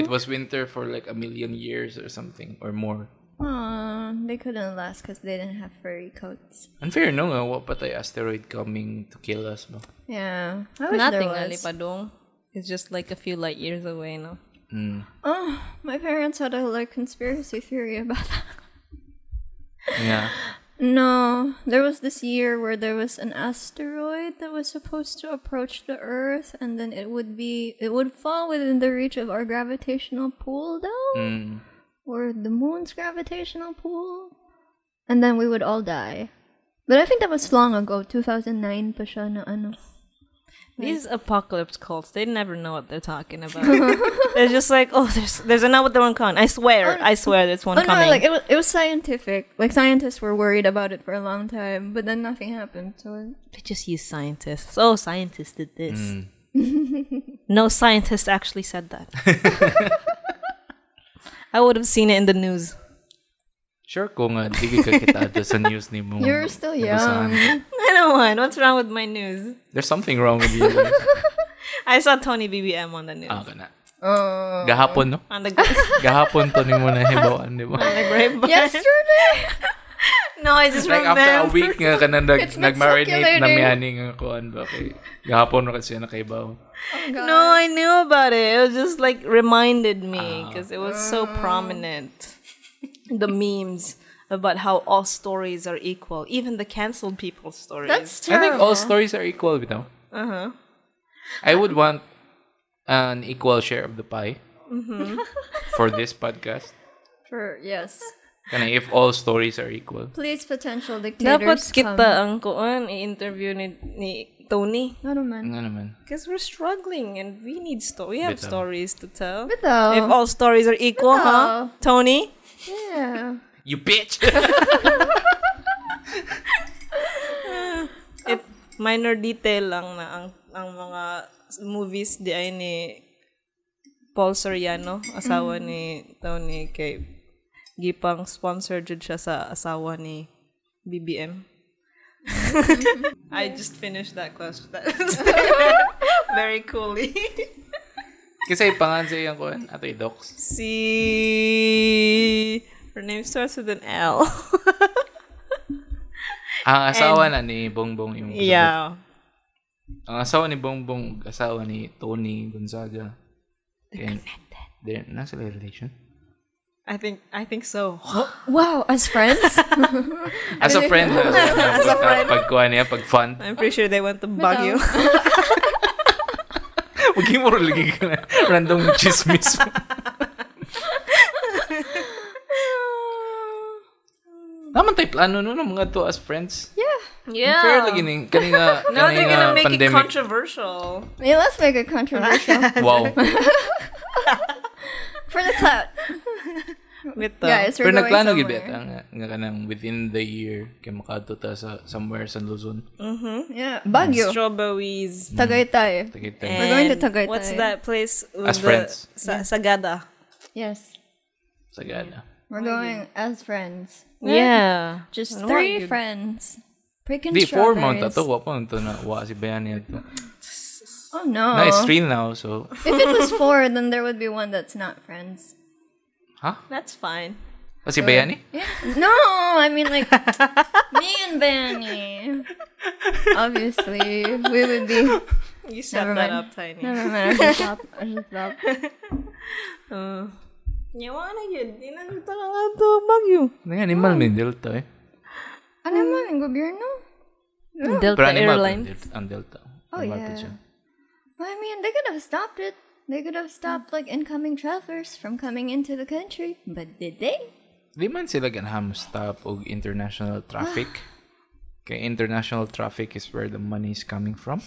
It was winter for like a million years or something or more.
Aw, they couldn't last because they didn't have furry coats.
Unfair no nga, wa pa tayo asteroid coming to kill us ba?
Yeah, I wish
Nothing,
there was.
Alipadong. It's just like a few light years away, no?
Oh, my parents had a like conspiracy theory about that.
Yeah.
No, there was this year where there was an asteroid that was supposed to approach the Earth, and then it would be it would fall within the reach of our gravitational pull, though,
Mm.
or the moon's gravitational pull, and then we would all die. But I think that was long ago, two thousand nine, pa siya na ano.
These apocalypse cults, they never know what they're talking about. they're just like, oh, there's there's another one coming. I swear, I swear, there's one
Oh no!
coming.
Like it was, it was scientific. Like scientists were worried about it for a long time, but then nothing happened. So
they just use scientists. Oh, scientists did this.
Mm.
no scientist actually said that. I would have seen it in the news.
Sure ko nga, di gyud ka kita ato sa news ni mo.
You're still young.
Nabasahan.
I don't want. What's wrong with my news?
There's something wrong with you.
I saw Tony BBM on the news.
ah, kana.
Oh.
Gahapon, no?
On the on
Gahapon to ni mo na hibawaan, di ba?
the grapevine.
Yesterday.
No, I just
Like
remember.
after a week nga ka na nag,
It's not
nag-marinate na
circulating.
miyani nga kuan ba kay gahapon ra kasi na kaibaw.
Oh, God.
No, I knew about it. It was just
Ah.
like reminded me because it was so prominent. The memes. about how all stories are equal, even the canceled people's stories.
That's
I
terrible.
think all stories are equal, you know. Uh
Uh-huh.
huh. I would want an equal share of the pie
Mm-hmm.
for this podcast.
For, yes.
And if all stories are equal,
Please, potential
Dapat
dictators.
kita
come.
ang kuan i-interview ni, ni Tony
Ano man.
ano naman?
because we're struggling and we need sto- we have
Bitaw.
stories to tell.
Bitaw.
If all stories are equal, huh? Tony,
Yeah.
You bitch!
it minor detail lang na ang ang mga movies di ay ni Paul Soriano, asawa ni Tony kay gipang sponsor jud siya sa asawa ni BBM. I just finished that question. Very coolly.
Kasi pangan sa iyang kuhan, ato docs.
si her name starts with an L.
Ang asawa na ni Bongbong yung
yeah.
Ang asawa ni Bongbong, asawa ni Tony Gonzaga. They're connected. They're, nasa relation?
I think I think so.
Wow, as friends?
As a friend. As a, as a friend. Pagkuhan niya, pag fun.
I'm pretty sure they went to Baguio.
Huwag mo lagi ka na. Random chismis mo. Naman tayo plano nun ang mga to as friends.
yeah.
Fair lagi ni kanina,
Now they're
kanina
gonna make it
pandemic.
controversial.
yeah, let's make it controversial.
wow.
For the clout.
With the
Guys, we're
Pero
going
nagplano gid
somewhere.
bet ang nga kanang within the year kay makaadto ta sa somewhere sa Luzon.
Yeah. Baguio.
strawberries.
Tagaytay.
Tagaytay.
We're
going to Tagaytay.
What's that place? with
As friends.
Sa- Sagada.
Yes.
sa gala.
We're going as friends.
Yeah.
Just
Ano,
three
dude?
friends. Freaking
Di, four mount
strawberries.
ato. Wa pa man to na. Wa si Bayani ato.
Oh no.
Na is three now, so.
if it was four, then there would be one that's not friends.
Ha?
That's fine.
Huh? Si Bayani?
No, I mean like me and Banny. Obviously, we would be.
You set
Never
that
mind.
up, Tiny.
Never mind. I should stop. I should stop.
Nyawana yun. Di na nito lang ato, Baguio.
Nang Ano animal
Oh.
may delta eh.
Ano mo yung gobyerno?
Delta
Pero animal pa
Airlines.
delta- ang delta.
Oh,
Animal pa
yeah.
siya.
Well, I mean, they could have stopped it. They could have stopped like incoming travelers from coming into the country, but did they?
Di man sila ganham stop og international traffic. Kay international traffic is where the money is coming from.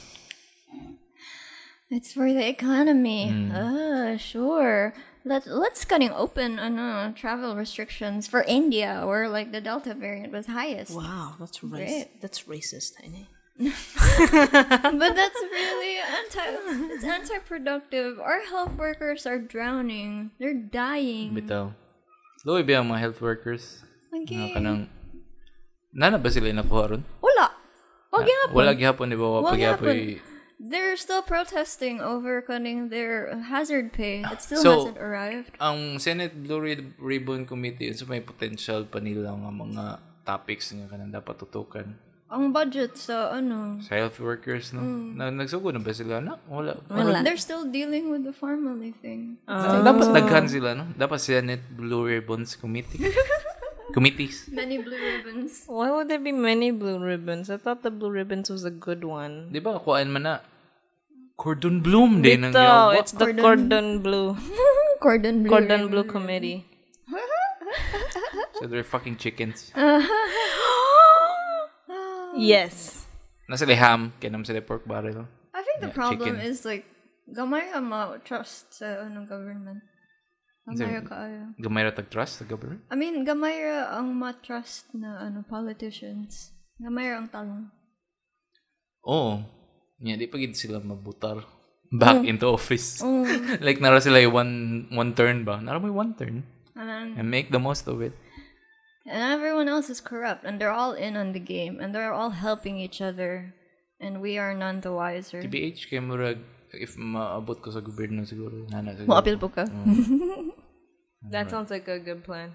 It's for the economy. Ah, sure. Let let's cutting open uh, travel restrictions for India, where like the Delta variant was highest.
Wow, that's racist. That's racist, Tiny.
But that's really anti. It's anti-productive. Our health workers are drowning. They're dying.
Bitaw. Loy ba ang mga health workers? Nga
Okay.
kanang Nana ba sila nakuha ron?
Wala.
Ah,
Wag yapon.
Wala gihapon di ba? Wa
Wag
pa gihapon.
yapon. They're still protesting over cutting their hazard pay. It still
So-
hasn't arrived.
Ang Senate Blue Rib- Ribbon Committee so may potential pa nila nga mga topics nga kanang dapat tutukan.
Ang budget sa ano.
Sa health workers no. Na, nagsugod na ba sila na? Wala.
They're still dealing with the family thing.
Dapat daghan sila no. Dapat Senate Blue Ribbons Committee. Committees.
Many blue ribbons.
Why would there be many blue ribbons? I thought the blue ribbons was a good one.
Di ba? Kuhaan man na. Cordon Bloom din ang
So,
yawa.
it's the cordon blue.
Hmm, Cordon blue.
Cordon blue committee.
So they're fucking chickens.
Yes.
Nasa liham. Kaya naman sila pork barrel.
I think the
Yeah,
problem
chicken.
is like gamay ka ma trust sa ano government. Gamay ra kaayo.
Gamay ra tag trust sa government.
I mean, gamay ra ang ma-trust na ano politicians. Gamay ra ang talong.
Oo. Nga, di pa gid sila mabutar back
Mm.
into office. like, nara sila yung one, one turn ba? Nara mo yung one turn.
And then-
And make the most of it.
and everyone else is corrupt and they're all in on the game and they're all helping each other and we are none the wiser.
TBH, kay murag, if maabot ko sa gobyerno siguro, nana siguro.
Mo-appeal po ka.
Mm.
That sounds like a good plan.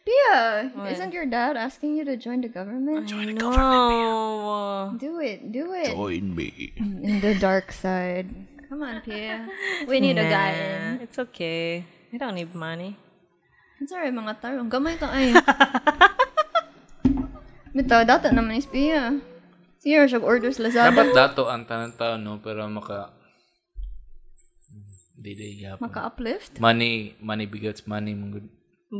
Pia, isn't your dad asking you to join the government?
No.
Do it, do it.
Join me.
In the dark side. Come on, Pia. We need a guy.
Eh, It's okay. We don't need money.
Sorry, mga tarong. Gamay ka ay. Bitaw, data naman is Pia. Siya siya orders Lazada.
Dapat dato ang tanan-taon, no? Pero maka... mm, Hindi, hindi. Maka...
Maka-uplift?
Money, money begets money. Mga good.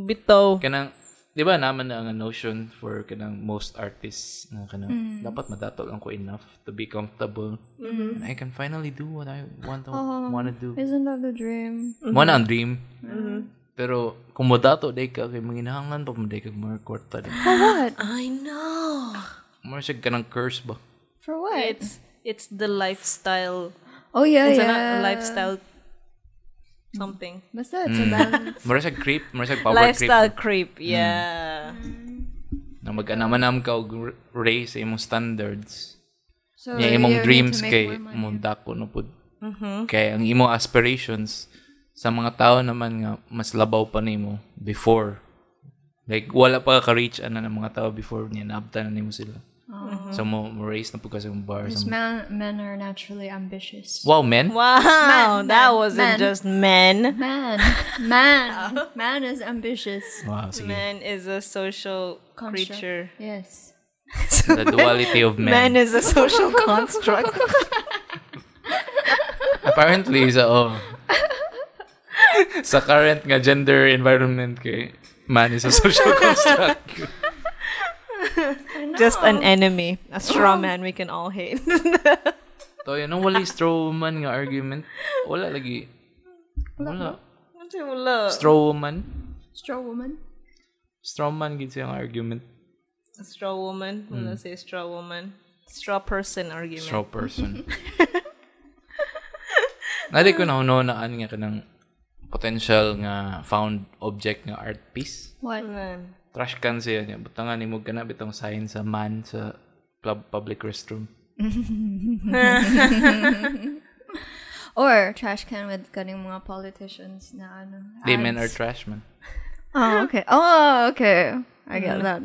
Bitaw.
Kanang, di ba naman na ang notion for kanang most artists na kanang, dapat madato lang ko enough to be comfortable. And I can finally do what I want to, wanna do.
Isn't that the dream?
Mo na ang dream. Pero kung modato day ka kay manginahanglan pa mo day ka more kwarta day.
I know.
More siya kanang curse ba?
For what?
It's it's the lifestyle.
oh, yeah,
It's not
yeah.
lifestyle something.
Basta, it's a balance.
More siya creep, more siya power
lifestyle
creep
creep. Yeah.
na maganamanam ka og raise imong standards.
So,
Niya imong
you need Oh, to
dreams
make
kay
more money. Mm-hmm.
imong dako na pud. Kay ang imong aspirations sa mga tao naman nga mas labaw pa nimo before. Like wala pa ka reach ana ng mga tao before niya naabtan na nimo sila.
Mm-hmm.
So mo, mo raise na pud kasi yung bar sa
Just man, men are naturally ambitious.
Wow, men.
Wow,
Man,
that
man,
wasn't
man.
just men.
Man. Man. Man is ambitious.
Wow, sige.
Man is a social
Construct.
creature.
Yes.
The duality of
Man
men.
is a social construct.
Apparently, sa oh. sa current nga gender environment kay man is a social construct.
just an enemy, a straw man we can all hate.
to yun, ang wala straw woman nga argument. Wala lagi. Wala. Straw woman.
Straw woman.
Straw man gid siyang argument.
straw woman. Let's say straw woman. Straw person argument.
Straw person. Nadi ko na naan nga kanang potential nga found object nga art piece.
What?
Man.
trash can siya niya. Butangan ni mo kana bitong sign sa man sa pub- public restroom.
Or trash can with kaning mga politicians na ano.
They men are
ads.
trash man.
Oh, okay. Oh, okay. I get that.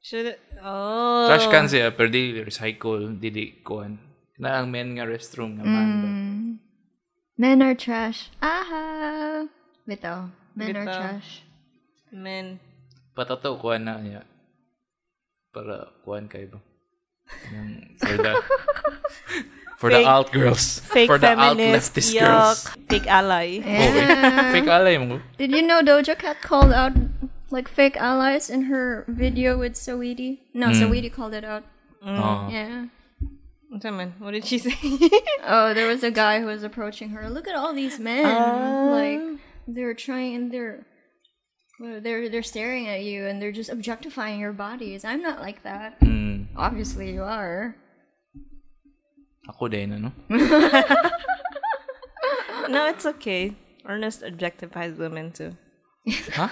Should it? Oh.
Trash can siya pero di recycle, di di kuan. Na ang men nga restroom nga man. ba?
Men are trash. Aha. Bitaw. Men are
Bitaw.
trash.
Man.
Patato kuan na niya. Para kuan kay ba. Nang- for the for the
Fake-
alt girls.
Fake
for the alt
feminist.
leftist girls.
Yuck. Fake ally.
Oh, wait. Fake alay mo.
Did you know Doja Cat called out like fake allies in her video with Saweetie? No, Saweetie called it out.
Mm.
Oh.
Yeah.
What's that, man? What did she say?
Oh, there was a guy who was approaching her. Look at all these men. like they're trying and they're well, they're they're staring at you and they're just objectifying your bodies. I'm not like that.
Mm,
Obviously you are.
ako din ano.
no, it's okay. Ernest objectifies women too.
Huh?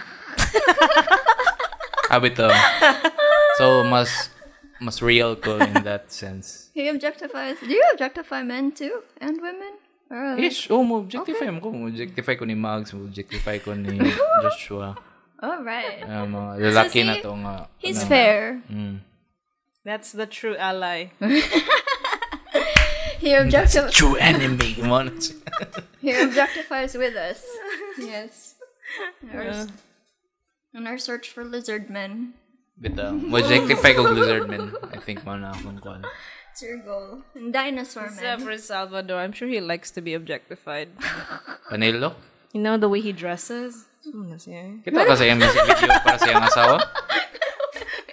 Habit to. Ah, um, So, mas mas real ko in that sense.
He objectifies do you objectify men too? And women? Or
Ish, oh, mo-objectify mo ko. Mo-objectify ko ni Mags, mo-objectify ko ni Joshua.
Oh right.
Ang mga lalaki
So,
na
see,
to nga. ano.
He's fair.
That's the true ally.
He objectif-
True enemy. Mo na siya.
he objectifies with us. Yes.
Uh,
In our s- In our search for lizard men.
Bitaw. Mo-objectify ko lizard man. I think mo na akong call.
It's your goal. And dinosaur
Except
men.
for Salvador, I'm sure he likes to be objectified.
Panelo?
you know the way he dresses. Hmm, siya.
Kita ka sa iyang music video para sa iyang asawa?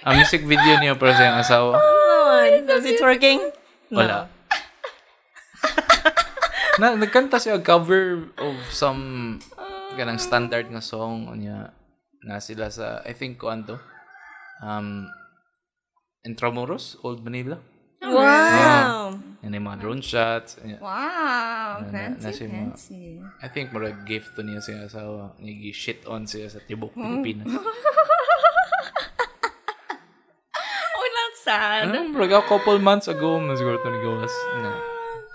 Ang music video niya para sa iyang asawa?
Oh, Come on, was he twerking?
Wala. na, nagkanta siya cover of some ganang standard nga song niya na sila sa I think kuan to. Um Intramuros, Old Manila.
Wow.
Yan yung mga drone shots. Yan-
Wow,
na-
fancy,
nasa yung mga-
fancy.
I think mura gift to niya sa asawa. Nag-shit on siya sa tibok
Hmm.
Pilipinas.
Oh, that's sad.
Ano, mura a couple months ago, mas siguro to nigawas. Na.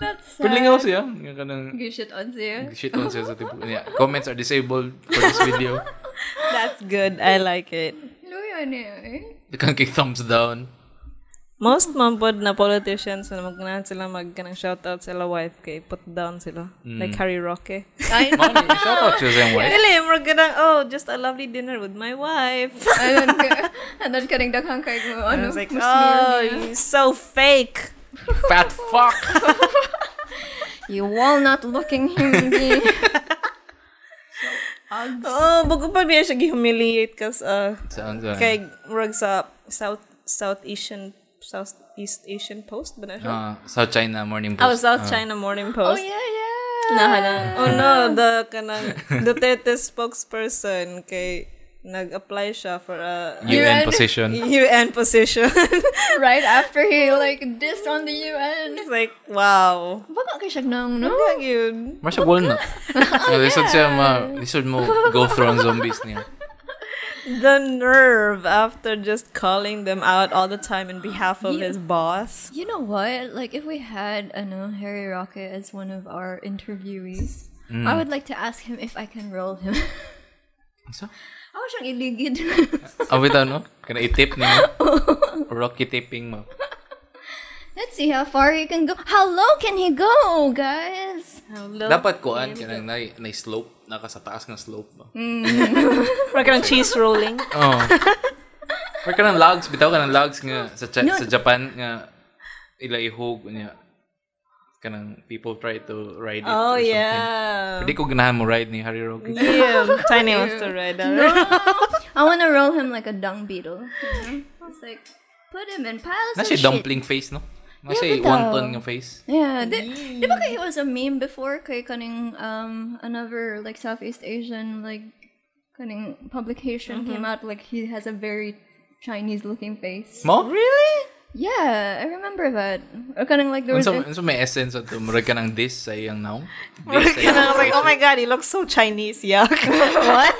That's sad.
Pilingaw siya. Nga kanang
You should unsee.
shit on siya sa tibok. Yeah. Comments are disabled for this video.
That's good. I like it.
Luyo niya eh.
Kang kick thumbs down.
Most mampod na politicians na magkanahan sila mag kanang shoutout sila wife kay put down sila. Like Harry Roque.
I
Mao ni shout out to them way.
Really, mga kanang, oh, just a lovely dinner with my wife.
Anon ka, anon ka rin daghang kay mo,
I
ano,
was like, oh,
mo snore niya.
you're so fake.
Fat fuck.
You walnut looking human being.
Oh, bago pa biya siya humiliate kas uh,
Saan saan?
kay murag sa South South Asian Southeast Asian Post ba na siya?
Ah, South China Morning
Oh,
Post. uh,
South China Morning Post.
Oh, yeah, yeah.
Nahanan. Oh no, the kanang Duterte spokesperson kay nag-apply siya for a
UN
UN.
position.
UN position.
Right after he, like, dissed on the UN.
It's like, wow.
Baka kay siya nang, no?
Ang yun.
Marsha Walnut. No, lisod siya ma, lisod mo go through ang zombies niya.
The nerve after just calling them out all the time in behalf of his boss.
You know what? Like, if we had, ano, Harry Rocket as one of our interviewees, I would like to ask him if I can roll him.
So,
Ako siyang iligid.
awit ano? Kana i-tip niya. Rocky tipping mo.
Let's see how far he can go. How low can he go, guys?
Hello.
Dapat kuan kana na na slope naka sa taas ng slope ba.
We're gonna cheese rolling.
Oo. Or ka ng logs, bitaw ka ng logs nga sa, Chi-
No.
sa Japan nga ila ihog niya. Kanang people try to ride it
Oh
or something.
yeah. Mm.
Hindi ko ganahan mo ride ni Harry Roque.
Yeah, Tiny wants to ride that.
I want to roll him like a dung beetle. You know? It's like, put him in piles
Na
of
siya
shit.
dumpling face, no? Na siya
bitaw.
wonton nga face.
Yeah. Di, di ba kay he was a meme before? Kay kaning um, another like Southeast Asian like kaning publication came out like he has a very Chinese looking face.
Mo? Really?
Yeah, I remember that. Or kaning like there was
Unsa
this,
unsa may essence ato murag ka ng this sa iyang naong? This sa
and I was like, oh my god, he looks so Chinese, yuck. what?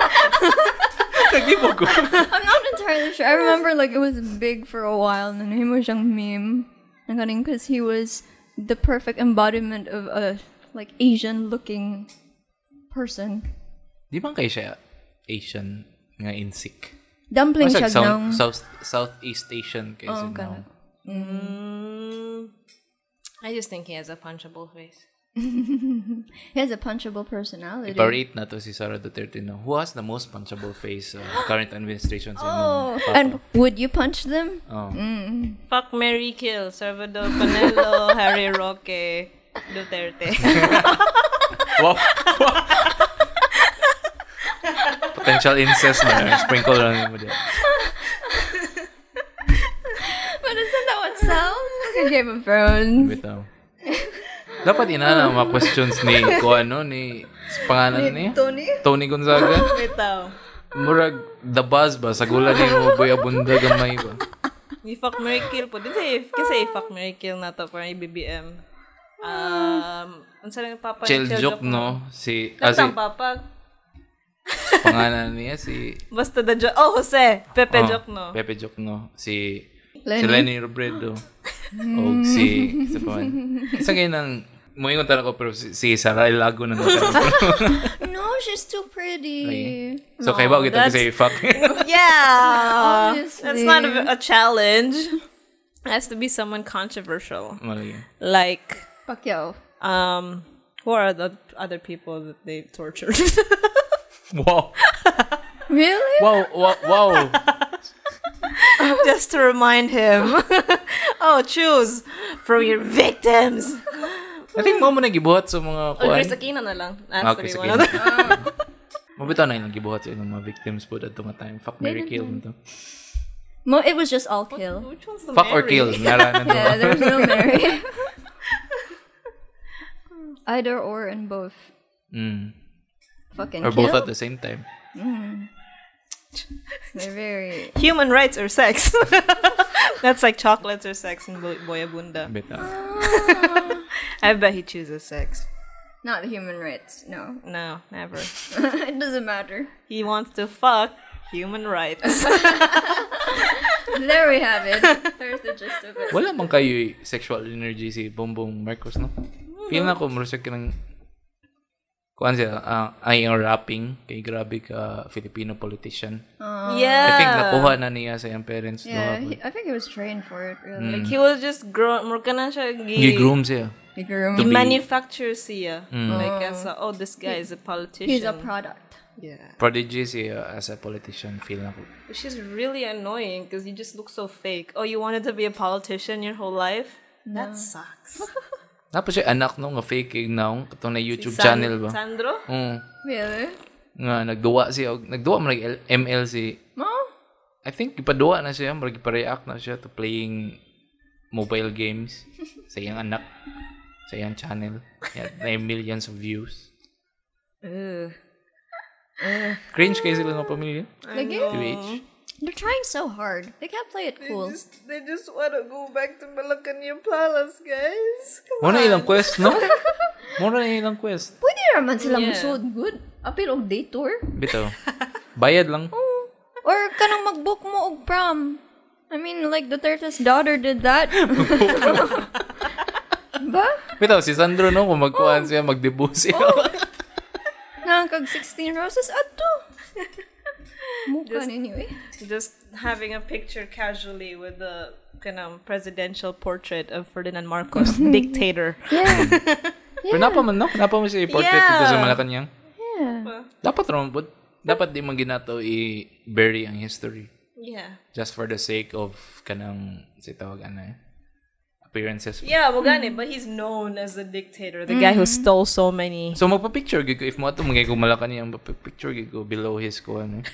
Hindi mo ko.
I'm not entirely sure. I remember like it was big for a while and then he was yung meme. And kaning because he was the perfect embodiment of a like Asian looking person.
Di man kay siya Asian nga insik.
Dumpling
Masa
siya
South,
ng
South, Southeast Asian kay oh,
okay.
naong.
I just think he has a punchable face.
He has a punchable personality.
Parate na to si Sara Duterte no, who has the most punchable face sa current administration sa
Oh,
imong papa.
and would you punch them?
oh.
Fuck Mary Kill, Salvador Panelo, Harry Roque, Duterte.
Wow. Potential incest na yun. Sprinkle lang mo dyan.
But isn't that what sounds like a Game of Thrones?
Bitaw. um. Dapat ina na mga questions ni ko ano ni sa pangalan ni
Tony?
Tony Gonzaga.
Bitaw.
Murag the buzz ba sa gula ni mo boy abunda gamay ba.
Ni fuck Mary Kill po. Dito kasi fuck Mary Kill na to for BBM. Um, ang sarang papa
Chill joke no si ah, si
Kasi Ano papa.
pangalan niya si
Basta the joke. Oh, Jose. Pepe
Oh,
joke no.
Pepe Joke, no. Si
Lenny.
Lenny, si Lenny Robredo. o si... Isa pa man. Isa kayo ng... Muingon talaga ko, pero si, si Sara Ilago na natin.
No, she's too pretty.
so, kay Bao, kita
that's-
kasi fuck.
Ah,
Yeah. That's not
Obviously.
a, a challenge. has to be someone controversial.
Mali.
Like,
Pacquiao.
um, who are the other people that they tortured?
Wow.
Really?
Wow, wow, wow.
Just to remind him. oh, choose from your victims.
I think mo mo nagibuhat sa mga
Oh,
kuhan.
Chris Aquino na lang.
Ah,
That's to
Chris
be one
Aquino.
of them.
Mabitaw na yung nagibuhat sa inyong mga victims po at mga time. Fuck, Mary kill mo to.
Mo, it was just all kill.
Which one's the
Fuck or
Mary?
kill. Nara na to.
Yeah, there was no Mary. Either or and both.
Mm.
Fucking
Or
kill.
both at the same time.
They're very.
Human rights or sex. That's like chocolates or sex in Boy- Boyabunda.
Bitaw.
I bet he chooses sex.
Not human rights. No,
No, never.
it doesn't matter.
He wants to fuck human rights.
Oh. There we have it. There's the gist of it.
Wala man kayo sexual energy si Bongbong Marcos, no? Feel na ko, marusok ka ng kuan siya, ah, IR rapping kay grabe ka Filipino politician.
yeah.
I think nakuha na niya sa iyang parents. duha
Yeah, he,
po.
I think he was trained for it. Really,
Hmm.
Like he was just grown, more kana siya gi,
Gi-groom siya.
Like, you're a-
be-
manufacture siya.
Mm.
Like as a, oh this guy is a politician.
he's a product.
yeah.
Prodigy siya as a politician, feel na ko.
Which is really annoying because you just look so fake. Oh, you wanted to be a politician your whole life? That sucks.
Tapos siya anak no, nga fake now, katong na YouTube
San-
channel ba?
Sandro?
Oo.
Really?
nga, nagduwa siya. og- Nagduwa mo nag ML si...
Mo?
I think ipaduwa na siya, marag ipareact na siya to playing mobile games sa iyang anak, sa iyang channel. Yeah, may millions of views. Cringe kayo sila ng pamilya.
Like, yeah,
TBH.
they're trying so hard. They can't play it cool.
They just want to go back to Malacanang Palace, guys.
Muna ilang quest, no? Muna na ilang quest.
Pwede naman sila yeah. good. Apil og day tour.
Bitaw. Bayad lang.
Or kanang mag-book mo og prom. I mean, like, Duterte's daughter did that. ba?
Bitaw, si Sandro, no? Kung magkuhan siya, magdebo siya.
Nga kag 16 roses ato. Mukha ninyo eh.
Just having a picture casually with the kind presidential portrait of Ferdinand Marcos, dictator.
Pero napaman, no? Napaman siya i-portrait dito sa
Yeah.
Malacanang. Dapat ron, but dapat di man ginato i-bury ang history.
Yeah.
Just for the sake of kanang, si tawag ano eh, appearances.
Yeah, Bogane, but he's known as the dictator, the guy who stole so many.
So magpa-picture gid ko if mo ato magay ko Malacanang, magpa-picture gid ko below his ko ano. eh.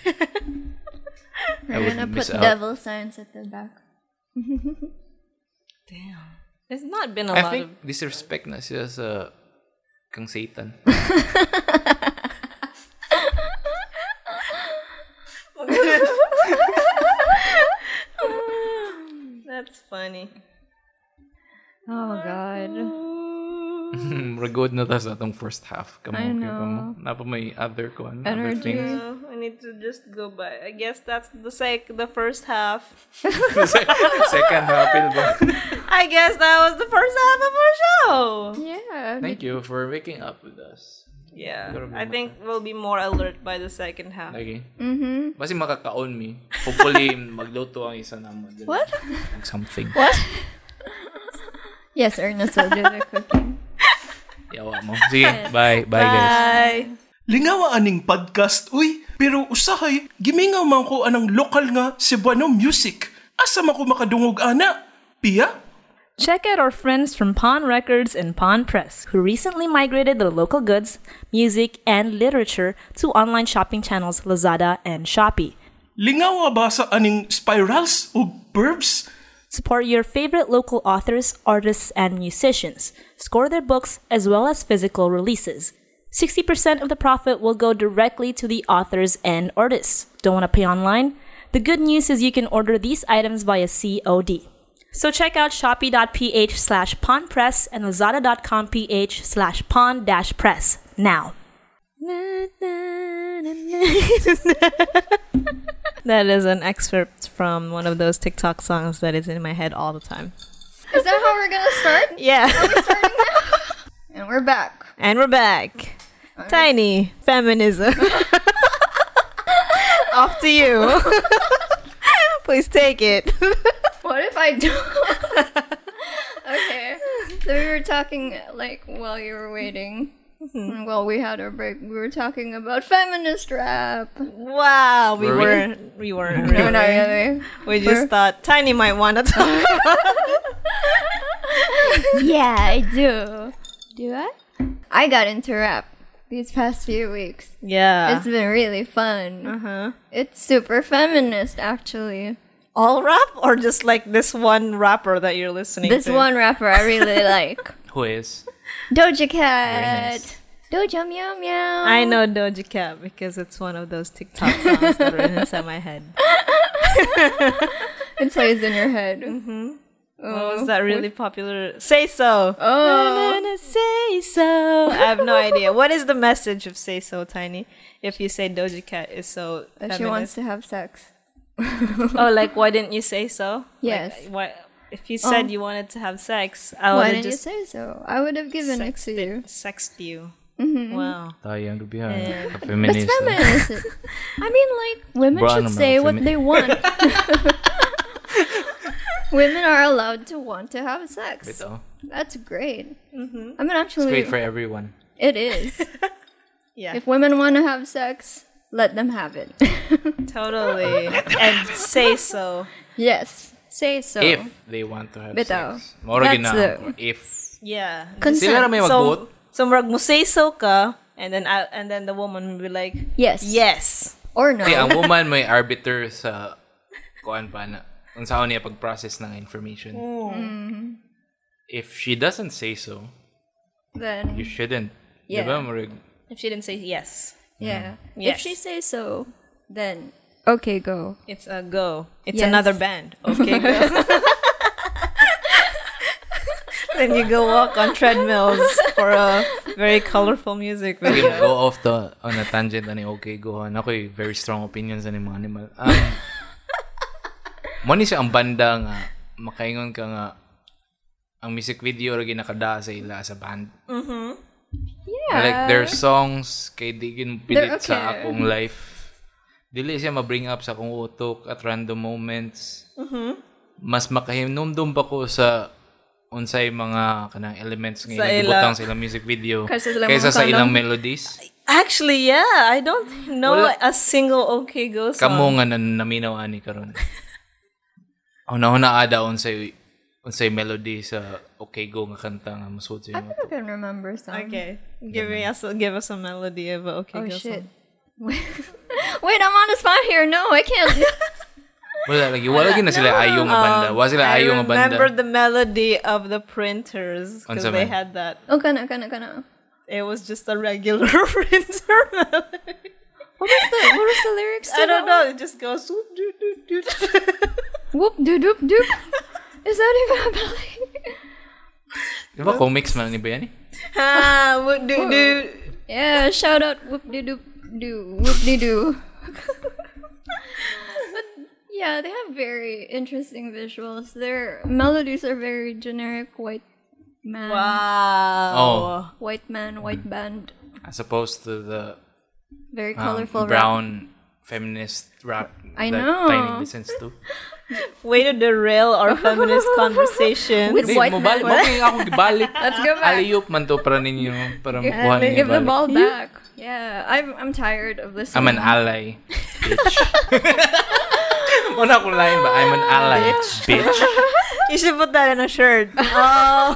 I would
We're gonna put
miss out.
devil signs at the back.
Damn. It's not been a
I
lot
think
of.
disrespect na siya sa kang Satan.
That's funny.
Oh, God.
Ragod na ta sa atong first half. Kamo,
Mm. I
kay pa mo.
know.
Napa may other ko, ano, other
Energy.
things.
No, I need to just go by. I guess that's the sec- the first half.
Se- Second half, Phil, ba?
I guess that was the first half of our show.
Yeah.
Thank you for waking up with us.
Yeah,
Gotta be
I think we'll be more alert by the second half.
Lagi. Mm-hmm. Basi makakaon mi. Hopefully, magluto ang isa na mo.
What?
Something.
What? yes, Ernest will do the cooking.
Yawa mo. Sige, bye. Bye, guys.
Bye.
Lingawa aning podcast, uy! Pero usahay, gimingaw man ko anang lokal nga Cebuano music. Asa man ko makadungog ana? Pia?
Check out our friends from Pawn Records and Pawn Press, who recently migrated their local goods, music, and literature to online shopping channels Lazada and Shopee.
Lingawa ba sa aning spirals o verbs?
Support your favorite local authors, artists, and musicians. Score their books as well as physical releases. 60% of the profit will go directly to the authors and artists. Don't want to pay online? The good news is you can order these items via COD. So check out shopee.ph slash pawn press and lazada.com ph slash pawn dash press now. That is an excerpt from one of those TikTok songs that is in my head all the time.
Is that how we're gonna start?
Yeah.
And we're back.
and we're back. Tiny feminism. Off to you. Please take it.
What if I do? okay. So we were talking like while you were waiting. and While we had our break, we were talking about feminist rap.
Wow, we
Were we?
were we weren't
No, not
really.
really.
We just thought Tiny might want to talk.
yeah, I do. Do I? I got into rap these past few weeks.
Yeah.
It's been really fun. Ah. Uh-huh. It's super feminist, actually.
all rap or just like this one rapper that you're listening
This
to?
one rapper I really like.
Who is?
Doja Cat.
nice.
Doja Meow Meow.
I know Doja Cat because it's one of those TikTok songs that are inside my head.
It plays in your head.
What was that really popular? Say so.
Oh.
Na-na-na, say so. I have no idea. What is the message of say so, Tiny? If you say Doja Cat is so
That she wants to have sex.
feminist? oh, like why didn't you say so?
Yes. Oh.
Like, why? If you said you wanted to have sex, I
Why
would have
didn't
just
you Mm-hmm. say so? I would have given it to you.
sexed you. Wow.
Tayang lubihan. Yeah. Feminist.
It's feminist. I mean, like women
Bra
should
naman,
say what
femi-
they want. women are allowed to want to have sex.
Ito.
That's great.
Mm-hmm.
I mean, actually,
It's great for everyone.
it is.
Yeah.
if women want to have sex, let them have it.
Totally. and say so.
yes, say so.
If they want to have
Bitaw.
sex. Moro
That's
gina.
the-
If.
Yeah.
Sila na
consent.
may
So,
mag-vote.
so murag mo say so ka, and then I, and then the woman will be like,
Yes.
yes.
Or no.
Kaya ang woman may arbiter sa kuan pa na kung saan niya pag-process ng information. If she doesn't say so, you
Then
shouldn't.
Yeah.
Diba? Murag,
If she didn't say yes,
yeah. If
Mm-hmm. Yes.
she says so, then okay, go.
it's a go. It's
Yes.
another band. Okay, go. then you go walk on treadmills for a very colorful music
Sige,
video.
go off the, on a tangent ani okay go on. Ako'y very strong opinions ani mga animal. Um, Mani siya ang banda nga makaingon ka nga ang music video ra ginakada sa ila sa band.
Mm-hmm. Yeah.
Like their songs kay di gin pilit
They're
sa
okay.
akong life. Dili siya ma-bring up sa akong utok at random moments.
Mm-hmm.
Mas makahinumdum pa ko sa unsay mga kanang elements
Sa
nga
ila.
ibutang sa ilang music video
Kaysa sa ilang
kaysa
mga
sa
kanang-
ilang melodies.
Actually, yeah, I don't know
Wala.
a single okay go song.
Kamo nga na naminaw ani karon. Una-una ada unsay unsay melody sa Okay Go nga kanta nga masuot sa
I
imo.
think I can remember some.
Okay, give me us give us a melody of a okay
Oh
go
shit.
song.
Wait, I'm on the spot here. No, I can't.
Wala lagi, wala gid na sila ayo nga banda. Wala sila
I
ayo nga banda.
remember the melody of the printers because
Unsa
they
man?
had that.
okay, no, okay, no, okay, no.
It was just a regular printer melody.
What was the what was the lyrics? To
I don't
that
know. It just goes. "Whoop, doo, doo, doo, doo."
one? Whoop doop doop doop. Is that even a ballet?
Diba comics man ni ba yan eh?
ah, whoop, doo, doo.
yeah, shout out whoop doo doop doo whoop doo doo. Yeah, they have very interesting visuals. Their melodies are very generic white man,
Oh.
Wow.
white man, white band,
As opposed to the
very
um,
colorful rap.
brown feminist rap
I
that
know.
Tiny listens to.
Way to derail our feminist conversation.
With-
Di,
white
mabal-
man.
Okay, ako gibalik.
Let's go back.
Aliyop man to para ninyo, para makuha ninyo.
They give the
balik.
ball back. Yeah, I'm I'm tired of this.
I'm an ally, bitch. Una akong line ba? I'm an ally, bitch.
You should put that in a shirt. Oh.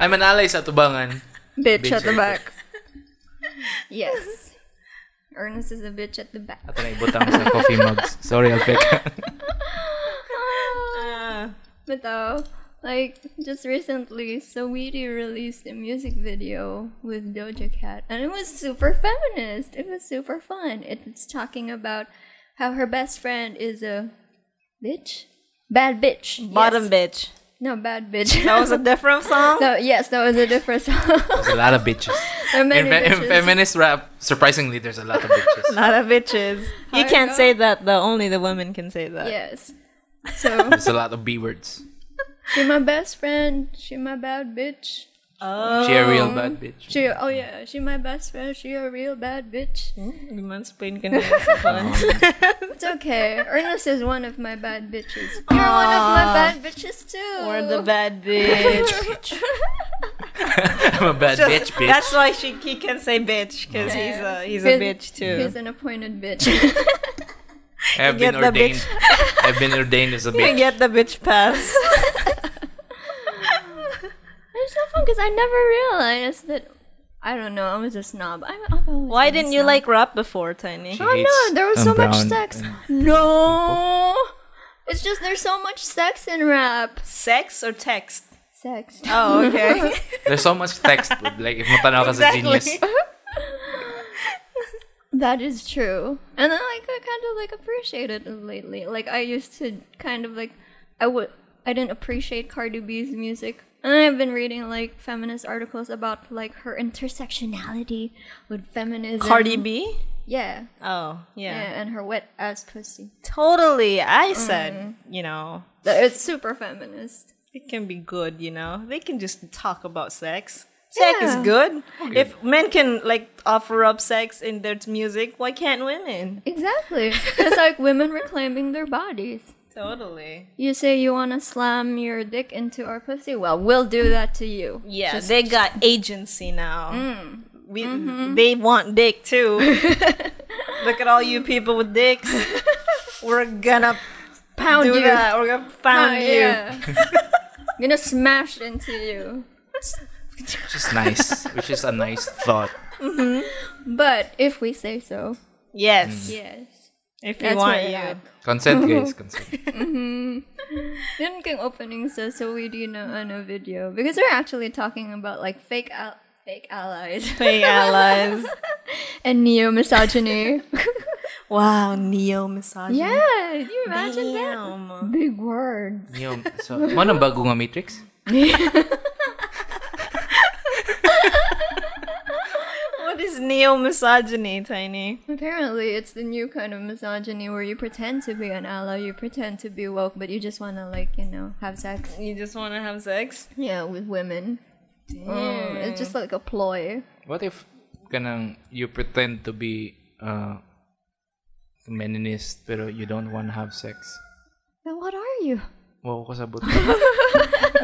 I'm an ally sa tubangan.
bitch,
Bitch
at
at
the
the-
back. yes, Ernest is a bitch at the back.
Ato na ibutang sa coffee mugs. Sorry, Alpeka.
Ah.
But though, like just recently, Saweetie released a music video with Doja Cat, and it was super feminist. It was super fun. It's talking about how her best friend is a bitch, bad bitch,
Bottom
Yes.
bitch.
no bad bitch.
That was a different song.
No, yes, that was a different song.
There's a lot of bitches.
there are
In,
many
fe- in
bitches.
feminist rap, surprisingly, there's a lot of bitches.
Not a bitches. You
I
can't
know.
say that though. Only the women can say that.
yes. So
There's a lot of B words.
she my best friend. She my bad bitch.
She a real bad bitch.
She oh yeah, she my best friend. She a real bad bitch.
You must explain Canadian.
It's okay. Ernest is one of my bad bitches. You're one of my bad bitches too.
We're the bad bitch.
I'm a bad bitch, bitch.
That's why she, he can say bitch because he's a he's a bitch
He's
too.
an appointed bitch.
I've
get
been
the
ordained. I've been ordained as a
You
bitch.
get the bitch pass.
it's so fun because I never realized that. I don't know. I was a snob. I'm, I've always
Why
been a
didn't you
snob.
like rap before, Tiny?
She
Oh
hates
no, there was
um,
so much
brown
sex.
and-
No, it's just there's so much sex in rap.
Sex or text?
Sex.
Oh, okay.
There's so much text. but, Like, if matanaw ka sa
Exactly.
genius,
That is true. And then like I kind of like appreciate it lately. Like I used to kind of like I would I didn't appreciate Cardi B's music. And I've been reading like feminist articles about like her intersectionality with feminism.
Cardi B.
Yeah.
Oh,
Yeah,
yeah.
and her wet ass pussy.
Totally. I said, you know,
That- It's super feminist.
it can be good. You know, they can just talk about sex. Sex is good. If men can like offer up sex in their music, why can't women?
Exactly. It's like women reclaiming their bodies.
Totally.
You say you want to slam your dick into our pussy? Well, we'll do that to you.
Yeah, they got agency now. We they want dick too. Look at all you people with dicks. We're gonna
Pound
do
you.
that. We're gonna pound
Oh,
you.
yeah. gonna smash into you.
Which is nice. which is a nice thought.
But if we say so.
Yes,
Yes.
if you
That's
want
where
you.
it at.
Consent, guys. Consent.
Yun king opening sa so we do na ano video because we're actually talking about like fake al- fake allies
Fake allies.
and neo misogyny.
Wow, neo misogyny.
yeah, do you imagine that?
Damn.
Big words.
Yung, so, mo nang bago nga Matrix?
What is neo misogyny, Tiny?
Apparently, it's the new kind of misogyny where you pretend to be an ally, you pretend to be woke, but you just want to like you know have sex.
You just want to have sex?
Yeah, with women. Um, it's just like a ploy.
What if kanang you pretend to be uh, feminist pero you don't want to have sex?
Then what are you?
Wow, ko sabot.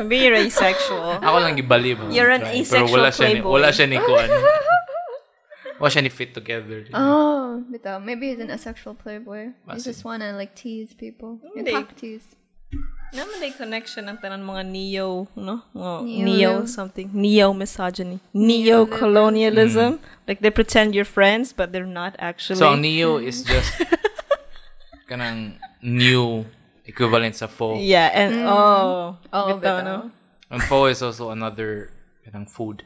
Be asexual.
Ako lang gibali ba?
You're an
Try.
asexual
wala siya ni,
playboy.
wala siya ni kuan. wala siya ni fit together.
Oh, bitaw. maybe he's an asexual playboy. You
Masin.
just want to like tease people. You
Hindi.
cock tease.
Naman day connection ang tanan mga neo, no? Mga neo
Neo- neo.
something. Neo misogyny. Neo colonialism. Like they pretend you're friends but they're not actually.
So, ang neo is just kanang new equivalent sa faux.
yeah, and oh,
Oh,
bitaw,
bitaw.
no?
And pho is also another kanang food.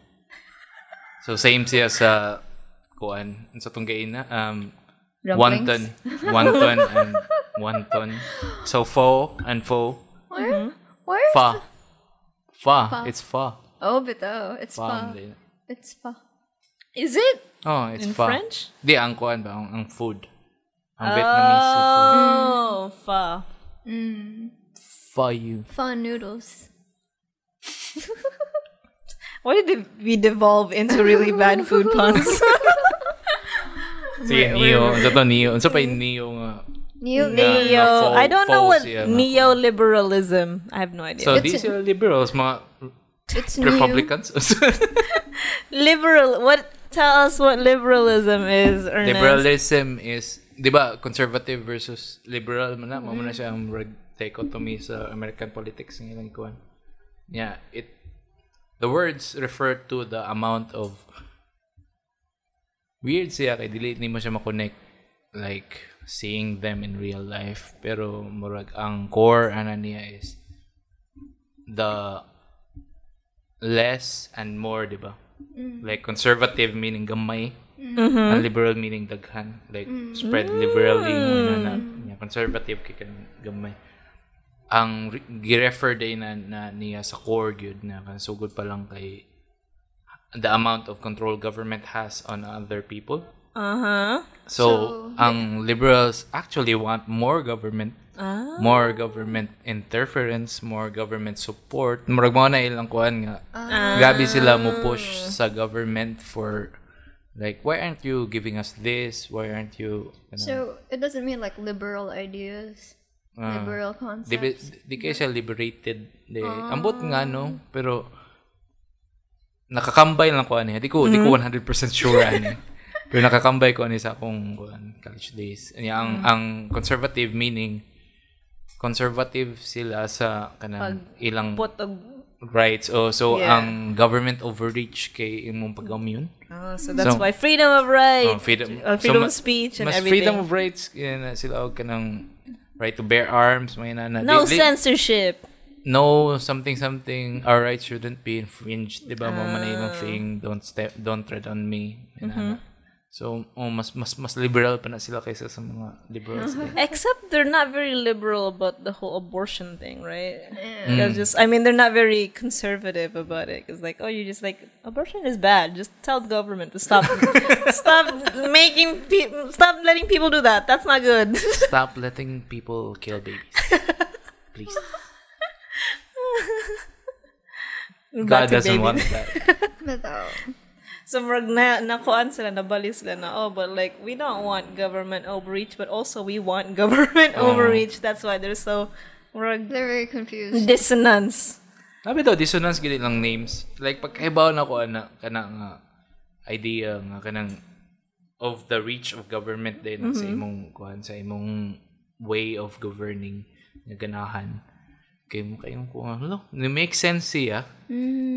So same siya sa kuan sa tunggain na um wonton,
Rumplings?
wonton and wonton. So pho and pho,
Where? Where?
fa. Fa, it's fa.
Oh, bitaw. It's
Fa.
fa. It's fa.
Is it
Oh, it's
in
fa.
French?
Di ang kuan ba ang, ang food. Ang Vietnamese sa food.
Oh, fa.
Fa you.
Fa noodles.
Why did we devolve into really bad food puns?
Sige, neo. Unsa to neo? Unsa pa yung neo nga?
Neo.
Neo.
neo.
Faux-
I don't know what
faux siya, no?
neoliberalism. I have no idea.
So
It's
these are
a-
liberals, mga
It's new.
Republicans.
liberal. What? Tell us what liberalism is, Ernest.
Liberalism is, di ba, conservative versus liberal man na, mamo na siya ang reg- dichotomy sa American politics ng ilang kuan. Yeah, it, the words refer to the amount of, weird siya kay dili ni mo siya makonect, like, seeing them in real life. Pero, murag, ang core ana niya is, the less and more, di ba? Like, conservative meaning gamay. And liberal meaning daghan. Like, spread liberally. Ano na, yeah, conservative kay kanang gamay. Ang re- gi-refer day na, na niya sa core gyud na kanang sugod pa lang kay the amount of control government has on other people.
Uh huh.
So, ang liberals actually want more government, more government interference, more government support. Murag mo na ilang kuan nga. Gabi sila mo push sa government for like why aren't you giving us this? Why aren't you ano,
So it doesn't mean like liberal ideas,
ah.
liberal
Di, ba-
concepts.
di kaya siya liberated. Di,
Ah.
ambot nga, no? Pero, nakakambay lang ko ano. Di ko, di
Mm-hmm.
ko 100% sure ano. Pero nakakambay ko ano sa akong kuan, college days. Ano, ang,
Mm.
ang conservative meaning, conservative sila sa kanang ilang
What the?
rights. O, so,
Yeah.
ang government overreach kay imong pag-immune.
Oh, so that's
So-
why freedom of right,
Oh, freedom,
uh, freedom
so,
of
ma-
speech, and
mas
everything.
freedom of rights. Kaya na sila og kanang right to bear arms. May na, na,
no
di- di-
censorship.
no something something our rights shouldn't be infringed diba uh, mama na yung
Ah.
thing don't step don't tread on me yun
Mm-hmm.
ano. so oh, mas mas mas liberal pa na sila kaysa sa mga liberals eh.
Except they're not very liberal about the whole abortion thing, right? They're Just, I mean, they're not very conservative about it. It's like, oh, you're just like abortion is bad. Just tell the government to stop, stop making, pe- stop letting people do that. That's not good.
stop letting people kill babies please
back to
God doesn't
baby.
want that.
But though,
So murag na nakuan sila nabali sila na oh but like we don't want government overreach but also we want government
Oh.
overreach. That's why they're so murag
they're very confused.
dissonance.
Sabi daw, dissonance gini lang names. Like, pagkaibaw na ko, ana, kana nga, idea nga, kanang, of the reach of government din sa imong, kuhan, sa imong way of governing, nga ganahan. Kay mo kayong kuhan, hello, make sense siya.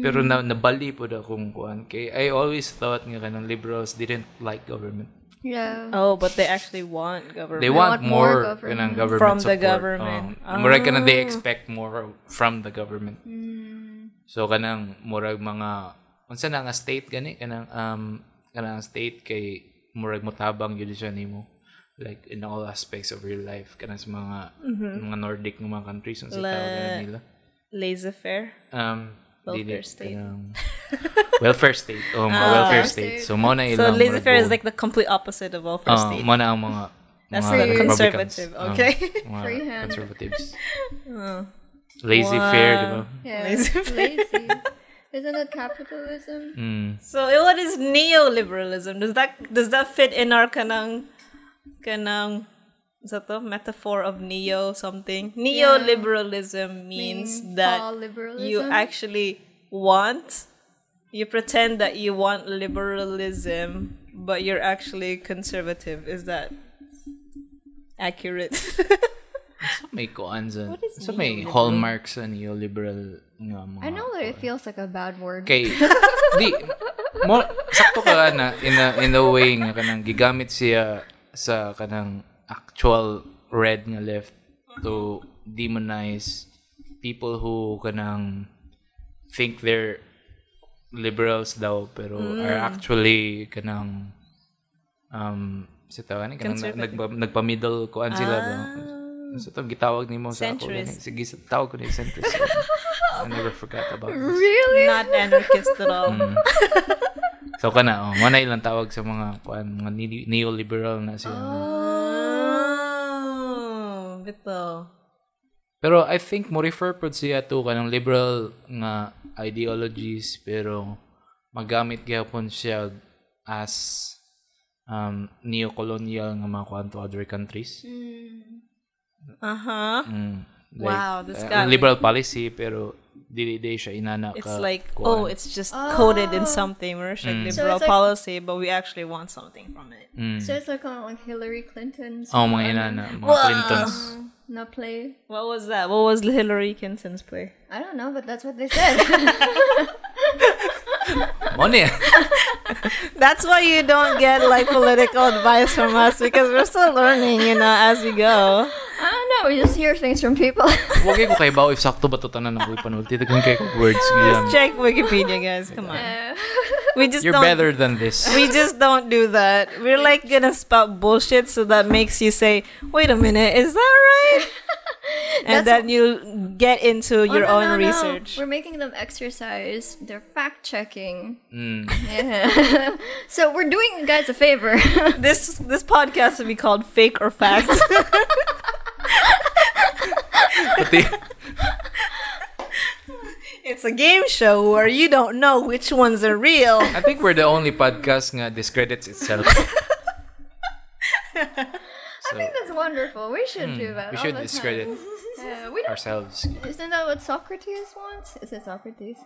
Pero na, nabali po daw kung kuhan. Kay, I always thought nga kanang liberals didn't like government.
Yeah.
Oh, but they actually want government.
They want,
want more
more,
government.
kanang government
From the
support.
government.
Oh. Murag kanang they expect more from the government. So kanang murag mga unsa na nga state gani kanang um kanang state kay murag motabang gyud siya nimo like in all aspects of your life kanang sa mga
Mm-hmm.
mga Nordic nga mga countries unsa tawag ganun nila.
laissez faire.
Um
Welfare
dili,
state.
kanang- welfare state. Oh, mga welfare state. So mo na
So
ilang
laissez faire is
murag
like the complete opposite of welfare
Oh,
state.
mo na ang mga
That's
mga
very
Republicans.
conservative,
Oh,
okay?
mga
Freehand.
conservatives. Lazy fair, di ba?
yeah.
Lazy.
Lazy. Isn't it capitalism?
Mm.
So eh, what is neoliberalism? Does that does that fit in our kanang kanang is that the metaphor of neo something? Neoliberalism means
Meaning
that
fall liberalism?
you actually want you pretend that you want liberalism but you're actually conservative. Is that accurate?
Sa may kuan sa, sa may hallmark sa neoliberal nga mga.
I know that it feels like a bad word.
Kay, di, mo, sakto ka na in a, in a way nga kanang gigamit siya sa kanang actual red nga left to demonize people who kanang think they're liberals daw pero are actually kanang um sa tawanan kanang na- nagpa, nagpa-middle kuan sila ba? Sa to gitawag nimo sa ako.
Centrist.
ganun. Sige, sa tawag ko ni centrist. I never forgot about this.
Really?
Not anarchist at all.
So ka na, oh, manay lang tawag sa mga kuan, mga ni- neoliberal na sila.
Ah. Oh, bitaw.
Pero I think mo refer po siya to kanang liberal nga ideologies pero magamit gyapon siya as um, neo-colonial nga mga kuan to other countries.
Uh-huh. Hmm.
Mm.
Wow, this
uh,
guy-
liberal policy pero dili day siya inana
It's
ka Mm.
like,
kuan.
oh, it's just coded in something. We're showing
So
liberal
it's like-
policy, but we actually want something from it.
Mm.
So it's like, uh, like Hillary Clinton's
Oh, mga inana, mga Clintons.
no play.
What was that? What was Hillary Clinton's play?
I don't know, but that's what they said.
Mo niya.
That's why you don't get like political advice from us because we're still learning, you know, as we go.
I don't know. We just hear things from people.
Huwag kayo kay if sakto ba to tanan ako ipanul. Titigan kayo kung words giyan.
Check Wikipedia, guys. Come on. We just
Um, You're
don't.
better than this.
We just don't do that. We're like gonna spout bullshit, so that makes you say, "Wait a minute, is that right?" And then you get into your
No,
own
no, no.
research.
We're making them exercise. They're fact checking.
Mm.
Yeah. so we're doing you guys a favor.
This this podcast will be called "Fake or Fact."
Pati,
It's a game show where you don't know which ones are real.
I think we're the only podcast nga discredits itself. so,
That's wonderful. We should do that.
Mm, we
all
should
the time.
discredit
Yeah, we don't,
ourselves.
isn't that what Socrates wants? Is it Socrates?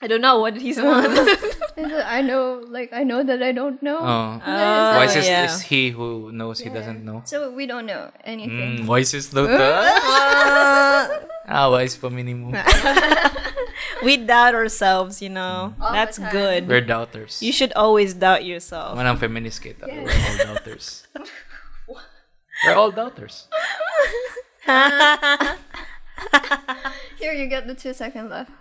I don't know what he's on.
Is it, I know, like I know that I don't know.
Oh.
Yeah, it's
wisest
yeah.
is he who knows he doesn't know.
like- so we don't know anything.
Mm, wisest daw ta.
Uh,
ah, wise pa minimo.
we doubt ourselves, you know.
the
That's
time.
good.
We're doubters.
You should always doubt yourself.
Manang feminist kita. We're all doubters. We're all doubters.
Here, you get the two second left.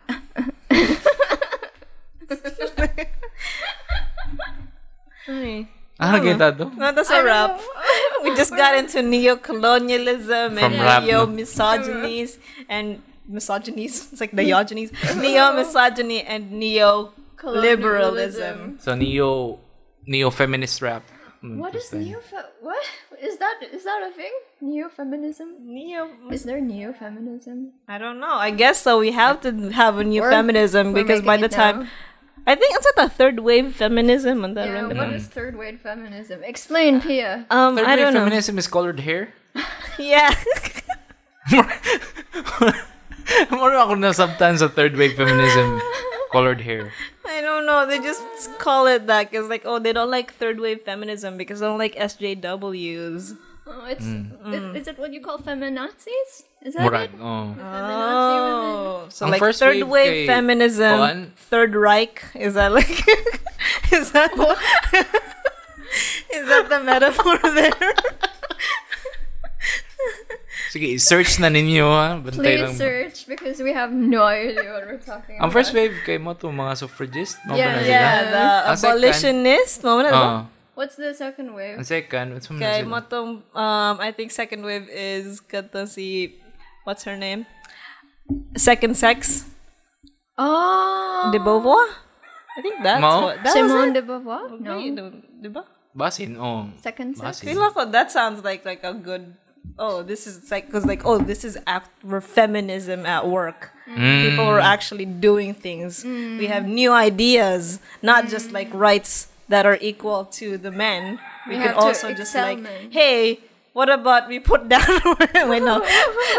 Ah, kita to?
No, that's a wrap. We just got into neo-colonialism
From
and
rap, no?
neo-misogynies and misogynies. It's like diogenes. Neo-misogyny and neo-liberalism.
So, neo, neo-feminist rap. Mm,
What is neo? Fe- what is that? Is that a thing? Neo feminism?
Neo.
Is there neo feminism?
I don't know. I guess so. We have to have a new
We're-
feminism
we're
because by the
making it
time,
now.
I think it's at the third wave feminism and that.
Yeah,
remember?
what is third wave feminism? Explain, Pia.
Um,
Third
I
wave
don't know.
feminism is colored hair.
Yeah.
Moro ako nasabtan sa third wave feminism. colored hair.
I don't know. They just call it that because, like, oh, they don't like third wave feminism because they don't like SJWs.
Oh, it's Is, is it what you call feminazis? Is that
Murag.
it?
Oh.
Feminazi women?
Oh, so
Ang
like
first
third
wave
wave,
kay
feminism,
Juan.
Third Reich. Is that like? is that? is that the metaphor there?
Sige, search na ninyo ha. Bantay lang.
Please search because we have no idea what we're talking about.
Ang first wave kay mo to mga suffragist. Mga
Yeah,
pa na sila.
yeah, the
Ang second-
abolitionist. Moment.
Oo.
What's the second wave?
Ang second, what's mo
Okay,
na sila?
motong, um, I think second wave is kata si, what's her name? Second sex,
Oh,
de Beauvoir. I think that's
Mao?
what that
Simone
was
de Beauvoir.
it.
No,
Wait, di ba?
Basin, oh.
second sex.
Basin.
Feel ako, oh, that sounds like like a good. Oh, this is like because like oh, this is after feminism at work. People were
Mm.
actually doing things. We have new ideas, not
Mm.
just like rights that are equal to the men. We,
We
could
have to
also just
excel
like,
men.
hey, what about we put down? Wait, no,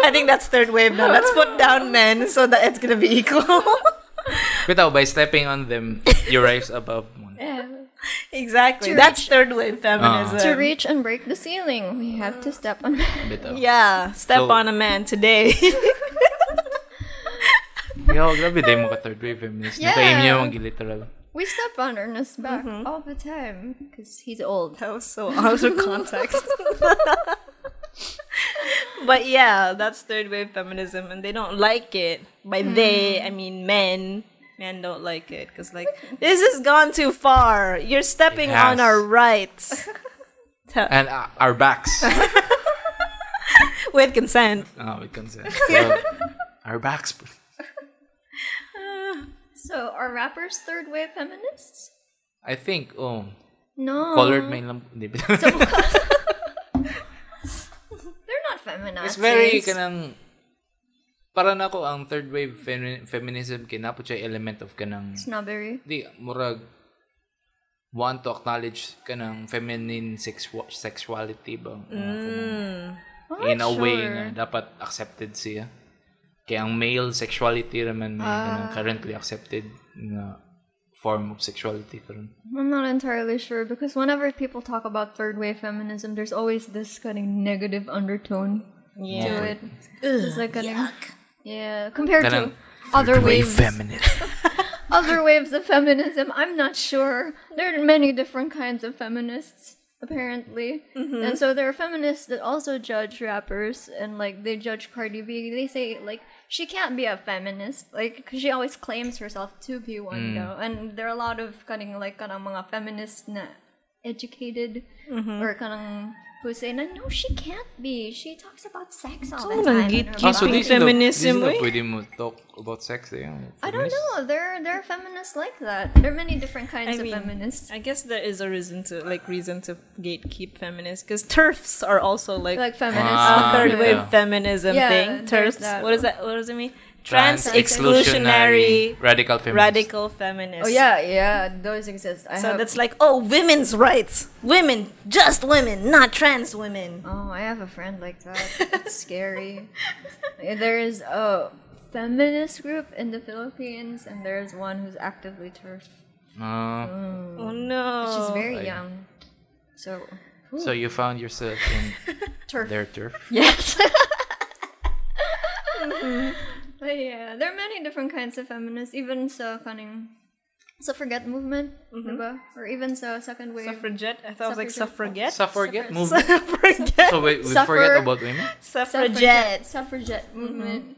I think that's third wave now. Let's put down men so that it's gonna be equal.
Bitaw, by stepping on them, you rise above.
Yeah.
exactly,
To Ah.
that's third wave feminism.
To reach and break the ceiling, we have to step on.
Bitaw.
yeah, step
So-
on a man today.
Yo, grabe dahil mo ka third wave feminist.
Yeah.
Nakaim niyo ang literal.
we step on Ernest back all the time because he's old.
That was so out of context. but yeah, that's third wave feminism, and they don't like it. By they, I mean men. Men don't like it because, like, this has gone too far. You're stepping on
has.
our rights
And uh, our backs.
with consent.
Ah, with consent. So, our backs. bro.
So are rappers third wave feminists?
I think, oh,
No,
colored main lamp. Hindi.
they're not feminazis.
It's very, kanang, para na ako ang third wave femi- feminism kinapot siya element of kanang,
snobbery.
di, murag, want to acknowledge kanang feminine sexu- sexuality ba? Mga kanang- in a way
Mm, sure.
na dapat accepted siya. Kaya ang male sexuality naman may
Ah.
kanang currently accepted na form of sexuality karon.
I'm not entirely sure because whenever people talk about third wave feminism, there's always this kind of negative undertone to it. it's like a yeah, compared to
Kanang
other waves,
feminist.
other waves of feminism. I'm not sure. There are many different kinds of feminists apparently, and so there are feminists that also judge rappers and like they judge Cardi B. They say like she can't be a feminist, like 'cause she always claims herself to be one though. And there are a lot of kind of like kind of mga feminists na educated or kind of who say no, no, she can't be. She talks about sex all the
Someone
time. in her
gatekeep-
ah, so
Keeping
this is
feminism,
feminism,
eh?
pwede mo talk about sex eh. yung
I don't
feminist.
know. There, there are feminists like that. There are many different kinds
I mean,
of feminists.
I guess there is a reason to like reason to gatekeep feminists because turfs are also like,
like feminists.
Ah,
a third
yeah.
wave feminism
Yeah,
thing.
there's
Turfs.
that.
What is that? What does it mean?
Trans exclusionary radical feminist.
radical feminist.
Oh yeah, yeah, those exist. I
So
have.
that's like, oh, women's rights. Women, just women, not trans women.
oh, I have a friend like that. It's scary. There is a feminist group in the Philippines, and there is one who's actively turf.
Ah,
Oh no.
She's
I-
very young. So
so you found yourself in
turf.
their turf.
Yes. but yeah, there are many different kinds of feminists, even so cunning suffragette movement, diba? or even so second wave.
Suffragette? I thought it was like
Suffragette.
suffragette.
Suffragette movement.
Suffragette.
So wait, we
Suffer-
forget about women?
Suffragette.
Suffragette Mm-hmm. movement.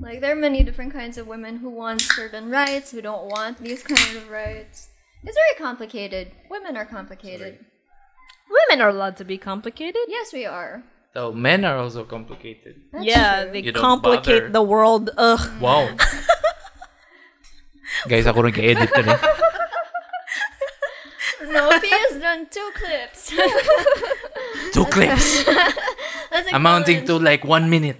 Like there are many different kinds of women who want certain rights, who don't want these kind of rights. It's very complicated. Women are complicated.
Women are allowed to be complicated.
Yes, we are.
So men are also complicated.
That's
yeah,
true.
they
You don't
complicate
bother.
the world. Ugh.
Wow. Guys, ako rin kay-edit na rin.
no, P has done two clips.
Two clips
That's like
amounting to like one minute.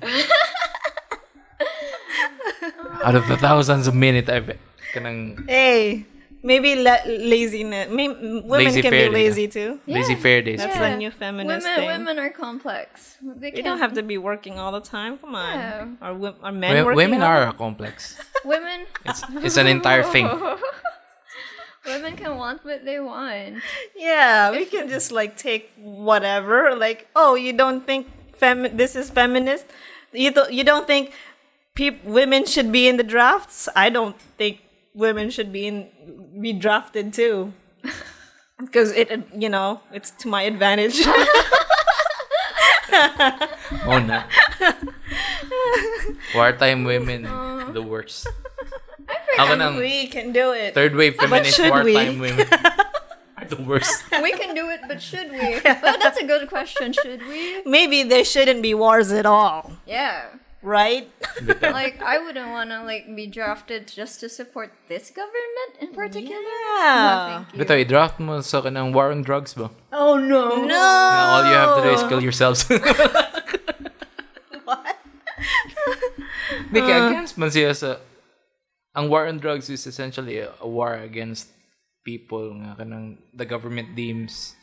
Out of the thousands of minutes I've kanang
Hey, maybe la- laziness. Maybe, women
Lazy
can
fair,
be lazy too.
lazy fair days.
That's
Yeah.
a new feminist
women.
thing.
Women are complex. They
You
can
don't have to be working all the time. Come on.
Yeah.
Are, wo- are men
Wo-
working?
Women
all-
are complex.
Women.
It's, it's an entire thing.
Women can want what they want.
Yeah, we can just like take whatever. Like, oh, you don't think femi- this is feminist? You th- you don't think peop- women should be in the drafts? I don't think women should be in be drafted too. Because it, it- you know, it's to my advantage.
Oh na. Wartime women,
Uh-huh.
the worst. Ako ng
we can do it.
third wave feminist
should we?
wartime women are the worst.
We can do it, but should we? But that's a good question. Should we?
Maybe there shouldn't be wars at all,
Yeah.
right?
Like I wouldn't want to like be drafted just to support this government in particular.
Yeah.
Thank you.
Bitaw, i-draft mo sa kanang war on drugs ba?
Oh no.
No.
Na all you have to do is kill yourselves. what? Because against man siya sa... Ang war on drugs is essentially a, a war against people nga kanang the government deems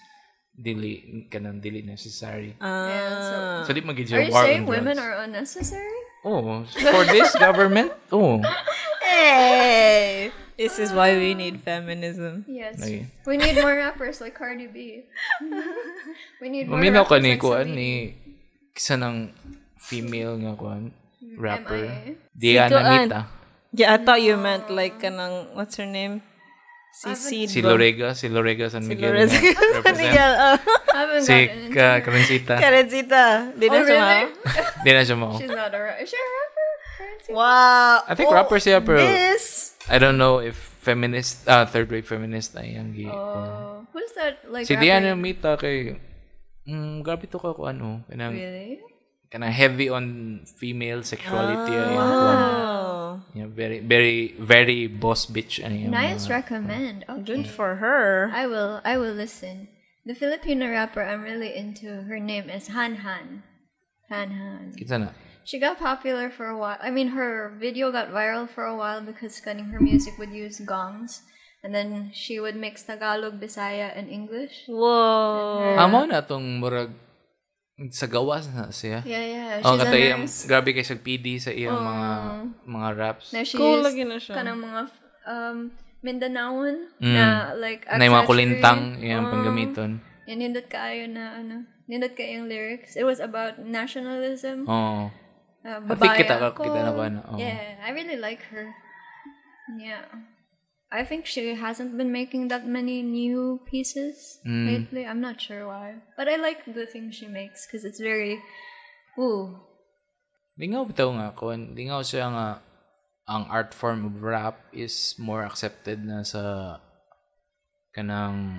dili kanang dili necessary.
Yeah,
so
so-
di magiging
Ah. Are you
war
saying
on drugs.
women are unnecessary?
Oh, for this government? Oh.
Hey, this is why we need feminism.
Yes.
Okay.
We need more rappers like Cardi B. we need more
Maminaw ka
rappers
ni
like
kuan
Sabi.
ni isa eh. ng female nga kuan rapper.
MIA.
Diana
Kuan.
Nita.
Yeah, I thought you meant like kanang what's her name? Si Sid.
Si Lorega, si Lorega San Miguel.
Lorega
nga represent.
Miguel. Oh,
I haven't
Si
gotten into
Ka-
it.
Karencita.
Karencita. ah. Did
Oh,
you know?
really?
Di na siya mo.
She's not a rapper. Is she a rapper? Currency?
Wow.
I think rapper siya, pero-
This.
I don't know if feminist, ah, third wave feminist na yung gi.
Oh, who's that? Like
Si
rapper?
Diana Nita kay, mm, grabe to ka kuan oh. Kanang,
Really?
kanang heavy on female sexuality. ay ang kuan.
Oh,
Yeah, very, very, very boss bitch. Ano yung
Nice
mga-
recommend. Okay.
good for her.
I will. I will listen. The Filipino rapper I'm really into. Her name is Han Han. Han Han.
Kinsa na?
She got popular for a while. I mean, her video got viral for a while because scanning her music would use gongs, and then she would mix Tagalog, Bisaya, and English.
Whoa.
Amo na tong murag sa gawas na siya.
Yeah, yeah. She's
Oh,
a
katay ang
nurse. Oh.
grabe kay sa PD sa iyang mga mga raps.
Now she
Cool
used
lagi na siya.
kanang mga f- um Mindanaoan na like
Mm. Na yung mga
accessory. Oh.
kulintang iyang
Oo.
panggamiton.
Yan, nindot kaayo na ano. Nindot kayo yung lyrics. It was about nationalism.
Oo.
Uh,
I think
babae
kita-
ako.
kita na ba na, oo.
Yeah, I really like her. Yeah. I think she hasn't been making that many new pieces
Mm.
lately. I'm not sure why. But I like the thing she makes because it's very, ooh,
Lingaw bitaw nga kon, lingaw siya nga ang art form of rap is more accepted na sa kanang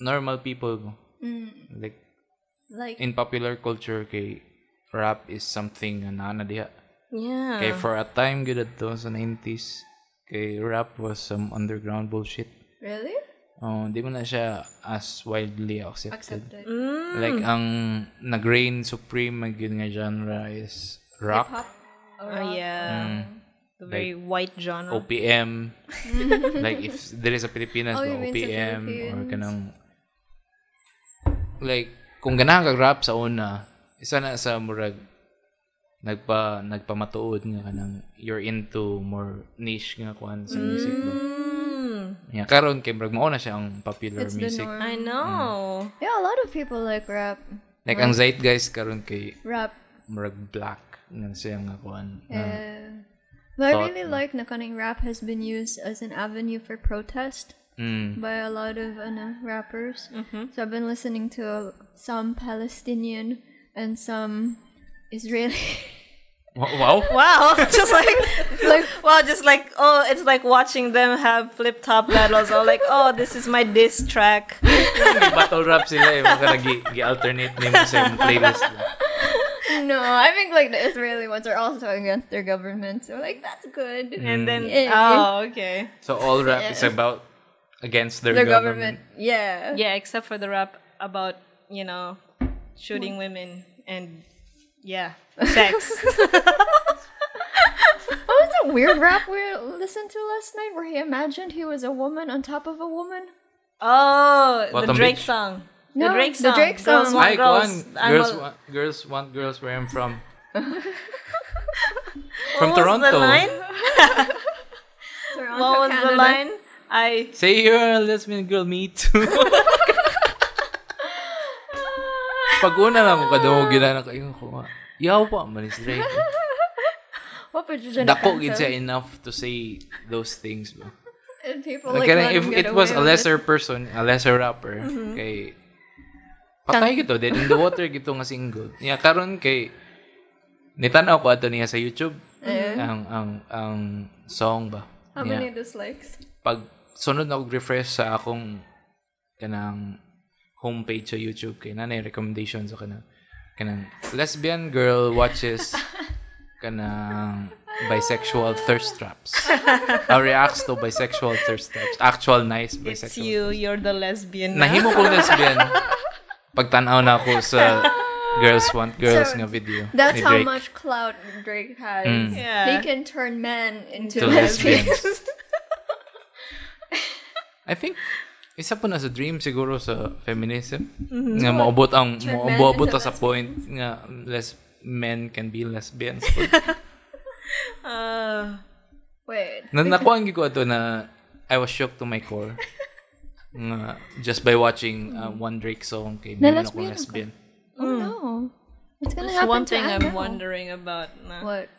normal people.
Mm.
Like
like,
in popular culture kay rap is something na naa na diha.
Yeah.
Kay for a time good at to sa 90s, kay rap was some underground bullshit.
really?
Oh, di mo na siya as widely accepted.
Accepted.
Like ang nag-reign supreme mag yun nga genre is rock,
Pop.
Oh
Mm.
yeah. The very white
oh.
genre.
OPM. like if there is a Pilipinas,
Mm-hmm. Oh,
ba,
you mean sa
OPM or
Philippines.
kanang like kung ganahan ka rap sa una, isa na sa murag nagpa nagpamatuod nga kanang you're into more niche nga kuan sa music ba.
Mm,
Yeah, karon kay murag mao na siya ang popular
It's the
music.
norm.
I know.
Yeah, a lot of people like rap.
Like ang zeitgeist karon kay
Rap.
murag black nga siya nga kuan. na-
Yeah. But I
Thought-
really like na kanang rap has been used as an avenue for protest
Mm.
by a lot of ano, rappers.
Mm-hmm.
So I've been listening to some Palestinian and some Israeli.
Wa- Wow.
Wow, just like, wow, just like oh, it's like watching them have flip top battles. I'm like, oh, this is my diss track.
battle rap sila eh. Mga nag alternate na yung sa yung playlist.
no, I think like the Israeli ones are also against their
Mm.
government. So like that's good.
And then
Yeah.
oh, okay.
So all rap is about against their,
Their
government.
government. Yeah.
Yeah, except for the rap about, you know, shooting women and yeah, sex.
What was that weird rap we listened to last night where he imagined he was a woman on top of a woman?
oh, the
Bottom
Drake
bitch.
song.
No,
the Drake
the
song.
Drake
Girls
song.
want
Ay,
girls.
kuwan,
I'm
girls,
a-
want, girls want girls where I'm from.
what
from
was
Toronto.
the line?
Toronto,
What was Oh, the
Canada.
line? I
Say you're a lesbian girl, me too. Pag una na mo kadungog gina na kayo ko. nga, Yaw pa man is Drake.
What would you do?
Dako gid siya enough to say those things ba.
And people like,
Like,
let
if
him get
it was
away
a
with
lesser person, a lesser rapper,
Mm-hmm.
kay patay gito dead in the water gito nga single. Niya karon kay nitanaw ko ato niya sa YouTube ang ang ang song ba.
Eh. How
niya.
many dislikes?
pag sunod na refresh sa akong kanang homepage sa YouTube kay nanay recommendations sa kanang kanang lesbian girl watches kanang bisexual thirst traps. Or reacts to bisexual thirst traps. Actual nice
it's
bisexual.
you, you're the lesbian. now.
Nahimo kong lesbian pag tanaw na ako sa Girls Want Girls
So,
nga video. ni
That's how
Drake.
much clout Drake has.
Yeah.
He can turn men into
To
lesbians.
lesbians. I think isa po na sa dream siguro sa feminism nga maubot ang
Turn
maubot
men
ta
into
sa point nga les men can be lesbians.
Uh,
Wait.
na nakuha ko ato na I was shocked to my core. nga just by watching uh, one Drake song kay na ako
lesbian
lesbian.
Oh no. What's gonna
there's
happen
one
to
thing I'm
Adele?
wondering about. na.
What?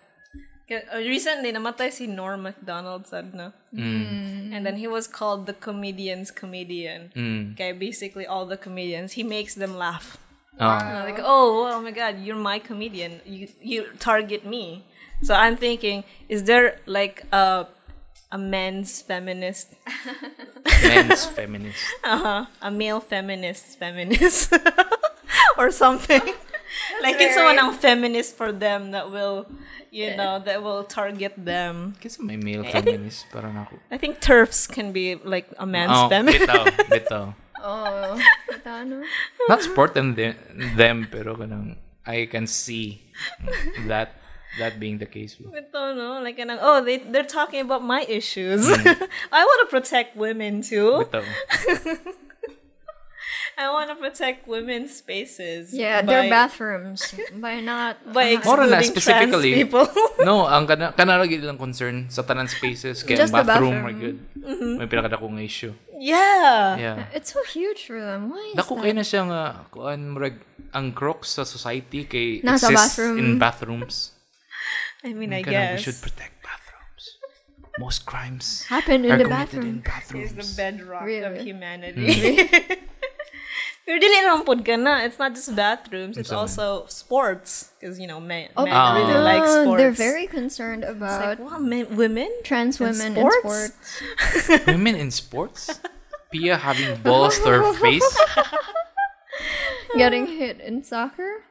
K- uh, Recently, namatay si Norm Macdonald sad na.
Mm.
And then he was called the comedian's comedian. Okay, basically all the comedians, he makes them laugh.
Ah.
And I'm like, oh, oh my god, you're my comedian. You you target me. So I'm thinking, is there like a a men's feminist,
men's feminist.
a male feminist feminist or something? like it's
very-
someone ang feminist for them that will, you know, that will target them.
Kasi may male feminist parang ako.
I think turfs can be like a man's
Oh,
feminist.
bitaw, bitaw.
Oh, Madonna.
Not support them, the- them pero kanang I can see that that being the case.
Ito, no? Like, anang, oh, they, they're talking about my issues.
Hmm.
I want to protect women too.
Bitaw.
I want to protect women's spaces. by-
Yeah, their bathrooms. By not.
By
More
excluding
na,
specifically.
specifically.
trans people.
No, ang kana kana lagi lang concern sa tanan spaces kay ang
Just the
bathroom,
bathroom. Mm-hmm.
my good. May pila kada nga issue.
yeah.
Yeah.
It's so huge for them. Why is
Dako
that?
kay na siya nga kuan murag ang crux sa society kay
Nasa
exists
bathroom.
in bathrooms.
I mean, I
Kanang we
guess.
should protect bathrooms. Most crimes
Happened
are
in the
committed in
bathroom.
It's the
bathrooms.
bedrock of
Really?
humanity.
Mm-hmm.
Pero dili lang pod ka na. It's not just bathrooms. It's
Unsa man?
also sports. Because, you know, men,
Oh,
men
Ah.
really like
no,
sports.
They're very concerned
It's like,
about
wow, men, women?
trans
And
women
sports?
in sports.
Women in sports? Pia having balls to her face?
Getting hit in soccer?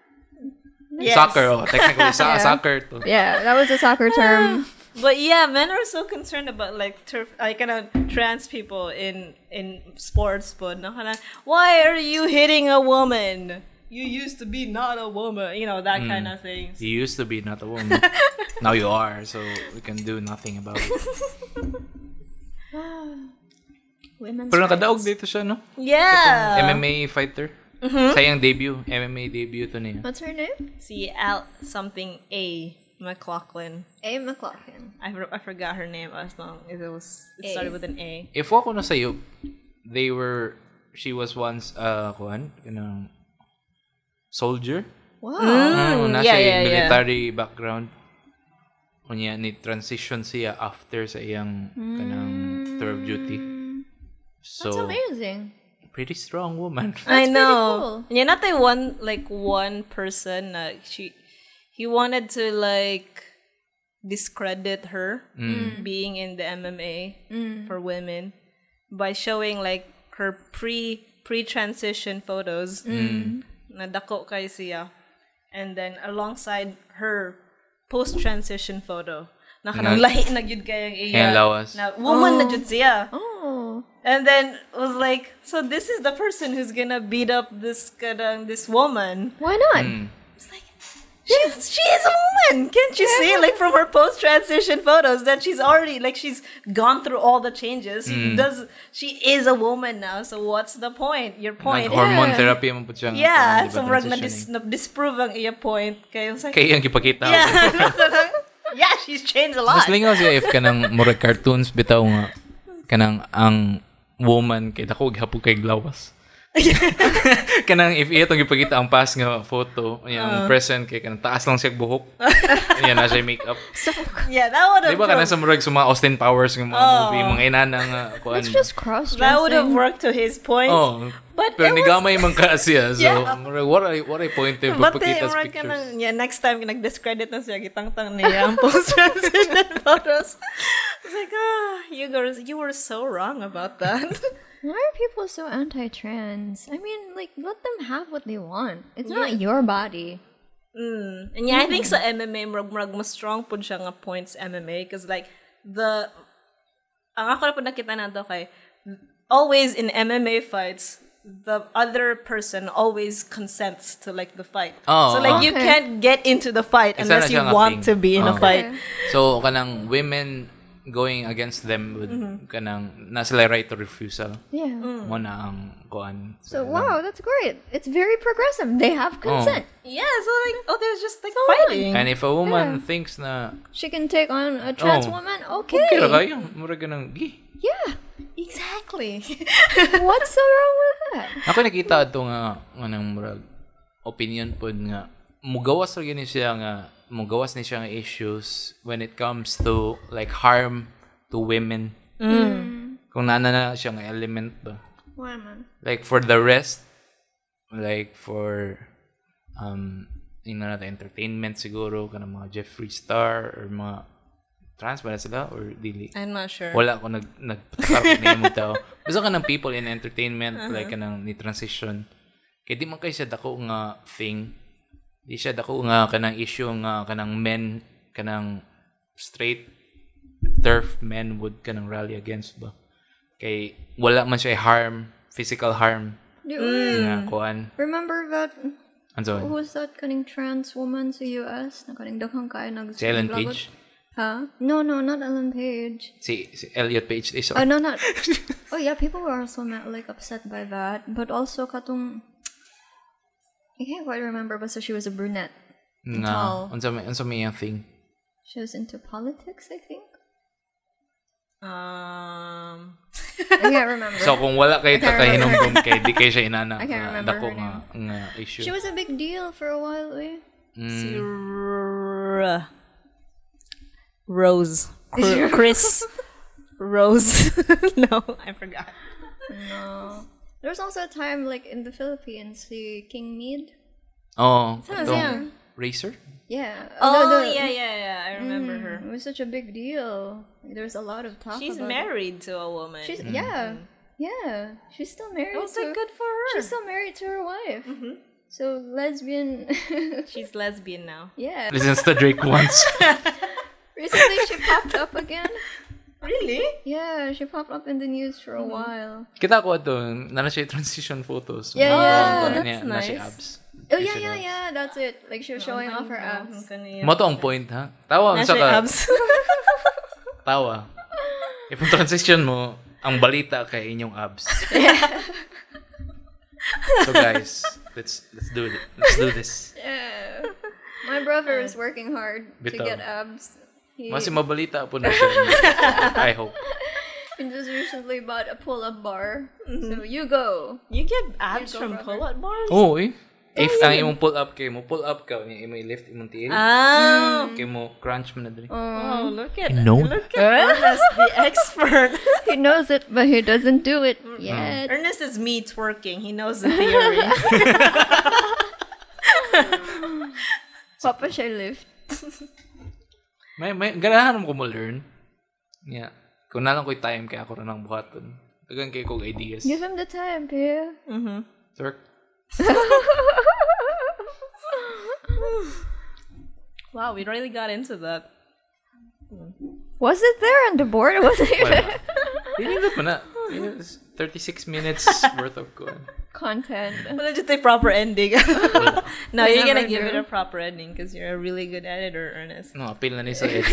Yes.
Soccer, oh, technically sa
Yeah.
soccer to.
Yeah, that was a soccer term.
But yeah, men are so concerned about like turf, like kind of trans people in in sports, but no, kinda, why are you hitting a woman? You used to be not a woman, you know that
Mm.
kind of thing.
You used to be not a woman. now you are, so we can do nothing about it.
Women's Uh-huh.
Pero nakadaog dito siya, no?
Yeah.
MMA fighter.
Mm-hmm.
Sayang debut. MMA debut to niya.
What's her name?
See Al something A McLaughlin.
A. McLaughlin.
I, for- I forgot her name as long as it was it
A.
started with an A.
If ako na sa'yo, they were, she was once, uh, kuhan, you know, soldier.
Wow.
Mm,
Hmm,
nasa
yeah, yeah, yeah.
military background. Kunya, ni-transition siya after sa iyang kanang
Hmm.
tour of duty. So,
That's amazing.
pretty strong woman.
I know.
cool.
Yeah, not that one like one person. Uh, she he wanted to like discredit her
Mm.
being in the MMA for women by showing like her pre pre transition photos.
Mm.
Na dako kay siya. And then alongside her post transition photo. Na kanang
Nga-
lahi na gyud kay ang iya.
Kaya lawas.
Na woman na jud siya.
Oh.
and then was like, so this is the person who's gonna beat up this kadang this woman.
Why not?
Mm,
She's she is a woman. Can't you see? Like from her post transition photos that she's already like she's gone through all the changes. She
Mm.
does she is a woman now, so what's the point? Your point
Nag-hormone
Yeah.
therapy man po siya. nga,
Yeah,
di ba,
so murag na, dis-
transitioning.
na disprove ang iya point kay it's like
Kaya yung ipakita ako.
yeah. yeah, she's changed a lot.
Mas lingaw siya if kanang murag cartoons bitaw nga kanang ang woman kay dako gihapon kay glawas. kanang if iya tong ipakita ang past nga photo,
Uh-huh.
yung present kay kanang taas lang siya buhok. Yan na siya makeup.
yeah, that would
Di ba kanang
have
sa murag sa mga Austin Powers ng mga
Oh.
movie, mga inana nga kuan.
It's just cross
that would have worked to his point.
Oh.
But it
Pero
was-
nigamay man ka siya. So,
Yeah.
murag, what I what I point to
But they
pagpakita sa
murag ka
pictures.
ng- yeah, next time nag-discredit na siya gitangtang niya ang post-transition photos. It's like, ah, you were, you were so wrong about that.
Why are people so anti-trans? I mean, like, let them have what they want. It's not your body.
And yeah, I think sa MMA, murag, murag mas strong po siya nga points MMA because like, the, ang ako na po nakita na to kay, always in MMA fights, the other person always consents to like the fight.
Oh,
so like you
okay.
can't get into the fight
Isa na
unless you
siya nga
want to
thing. Oh.
be in a
Okay.
fight.
So, kanang women going against them would
Mm-hmm.
kanang na sila right to refusal.
Yeah.
Mm.
Mo na ang kuan.
So wow, that's great. It's very progressive. They
Oh.
have consent.
Yeah, so like, oh, there's just like fighting.
And if a woman thinks na
She can take on a trans
Oh.
woman. Okay.
kira kayo, mura ganang gi.
Yeah.
Exactly.
What's so wrong with that?
Ako nakita ato nga nganang murag opinion pod nga mugawas ra gyud ni siya nga mugawas ni siya nga issues when it comes to like harm to women. Kung nana na siya nga element ba.
Why, man?
like for the rest like for um yun na natin, entertainment siguro kanang mga Jeffree Star or mga trans ba na sila or dili
I'm not sure.
wala ako nag nagpatakar na yung tao basta ka ng people in entertainment
Uh-huh.
like kanang ni transition kaya di man kayo siya dako nga thing di siya dako nga kanang issue nga kanang men kanang straight turf men would kanang rally against ba kay wala man siya harm physical harm
Mm.
nga kuan
Remember that? Hmm. Who
anzo
was that cutting trans woman to US? Na cutting daghang kayo nag-
si Ellen
naglabot?
Page
Huh? No, no, not Ellen Page.
si, si Elliot Page Eh, is
Oh no, not. oh yeah, people were also not, like upset by that, but also katung. I can't quite remember, but so she was a brunette.
nga
tall.
unsa may unsa may iyang thing
She was into politics, I think.
Um,
I can't remember.
So kung wala kayo
can't remember.
takahinom kay di kayo siya inana.
I can't
nga
remember
dako
her
nga, nga issue.
she was a big deal for a while, eh?
si R- Rose. Cr- Chris. Rose. no, I forgot.
No. There was also a time like in the Philippines, the King Mead.
oh,
yeah.
itong racer?
Yeah.
Oh,
no, no,
yeah, yeah, yeah. I remember her.
It was such a big deal. There was a lot of talk.
Mm. She's
about it.
married to a woman.
She's yeah, yeah. She's still married.
It was
to-
like good for her. Mm-hmm.
She's
She's,
still married to her wife. So lesbian.
lesbian now.
yeah.
Listens to Drake once.
Recently, she popped up again.
Really?
Yeah, she popped up in the news for a while.
Kita ko ito, nana siya transition photos.
Yeah,
Mga
yeah.
kuwan
That's
niya, na siya
nice.
abs.
Oh yeah,
siya
yeah,
abs.
yeah. That's it. Like she was showing off her abs.
Mo to ang point, ha? Tawa, sa ka,
abs.
tawa. If ang transition mo, ang balita kay inyong abs. so guys, let's let's do it. Let's do this.
Yeah. My brother is working hard to
Bitaw.
get abs. He,
Mas mabalita po na siya. I hope.
he just recently bought a pull-up bar. So you go.
You get abs
go,
from
brother.
pull-up bars?
Oo eh. If ang imong pull up kay mo, pull up ka, niya imong lift imong tiil,
Oh,
kay mo crunch mo na diri.
oh, look at
No.
Look at Ernest, the expert.
He knows it, but he doesn't do it yet.
Ernest is me twerking. He knows the theory.
Papa should lift.
May may ganahan mo ko mo learn. Yeah. Kung na lang ko'y time kay ako rin ang buhaton. Tagan kay kog ideas.
Give him the time, Pia.
Turk.
wow, we really got into that.
Was it there on the board? It wasn't even.
Dili Wala pa na. Yun, it's 36 minutes worth of kuan.
Content.
Wala just a proper ending. no, you're
never
gonna give
do.
it a proper ending because you're a really good editor, Ernest.
No, appeal na ni sa edit.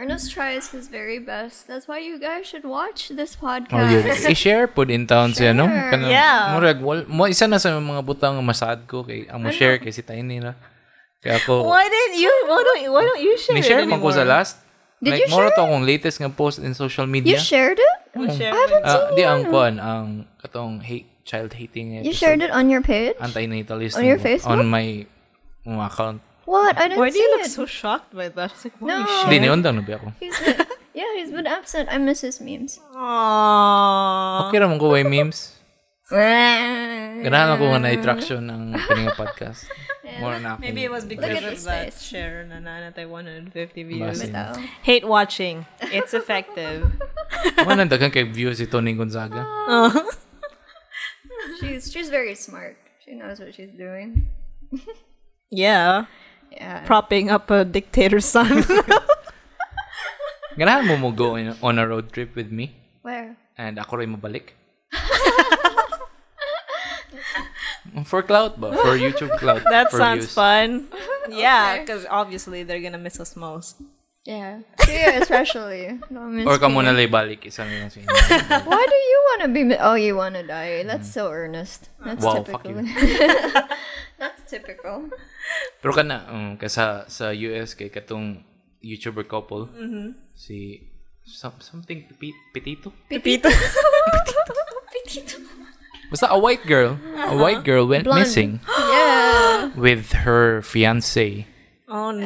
Ernest tries his very best. That's why you guys should watch this
Oh, yun.
podcast.
I-share po din taon siya, no?
Sure.
Kanang-
Yeah. Ano?
Murag, wal, mo, isa na sa mga butang nga masad ko kay ang mo-share kay si Tain nila. Kaya ako,
Why didn't you? Why don't? Why don't you share
ni-share
it
man ko
anymore?
sa last. like,
Did you
mura
share
to akong latest nga post in social media.
You shared it?
You share
I haven't
Ah,
seen
di
you.
ang kuan, ang katong hate, child hating
You shared it on your page?
Anti-natalist.
On your
na-
Facebook?
On my mga account.
What? I didn't
Why do
see
you look
it.
so shocked by that? It's like, why
No.
you
Hindi, niundang na ba ako.
He's been- yeah, he's been absent. I miss his memes.
Aww.
Okay naman ko way memes.
Look
Ganahan ako nga na-attraction ng kaninga podcast. More na ako.
Maybe it was because
at
of
his
that
face.
share na na that 150 views.
Basin.
though.
Hate watching. It's effective.
Mga nandagan kay views si Tony Gonzaga.
She's she's very smart. She knows what she's doing.
yeah.
Yeah.
Propping up a dictator's son.
Ganahan mo mo go in- on a road trip with me
Where?
and ako rin mabalik. for clout ba? For YouTube clout.
that
for
sounds
views.
fun. Yeah, because obviously they're gonna miss us most.
Yeah. Kia especially. No, miss
Or ka
Kia.
muna lay balik. Isa na lang sa inyo.
Why do you want to be? mi- Oh, you want to die? That's so earnest. That's
Wow, fuck
typical. That's typical.
Pero ka na, um, ka sa, sa US kay katong YouTuber couple.
Mm-hmm.
Si some, something Pi- Pitito?
Pepito.
Basta a white girl. A
Uh-huh.
white girl went
Blonde.
missing
Yeah.
with her fiance.
Oh no.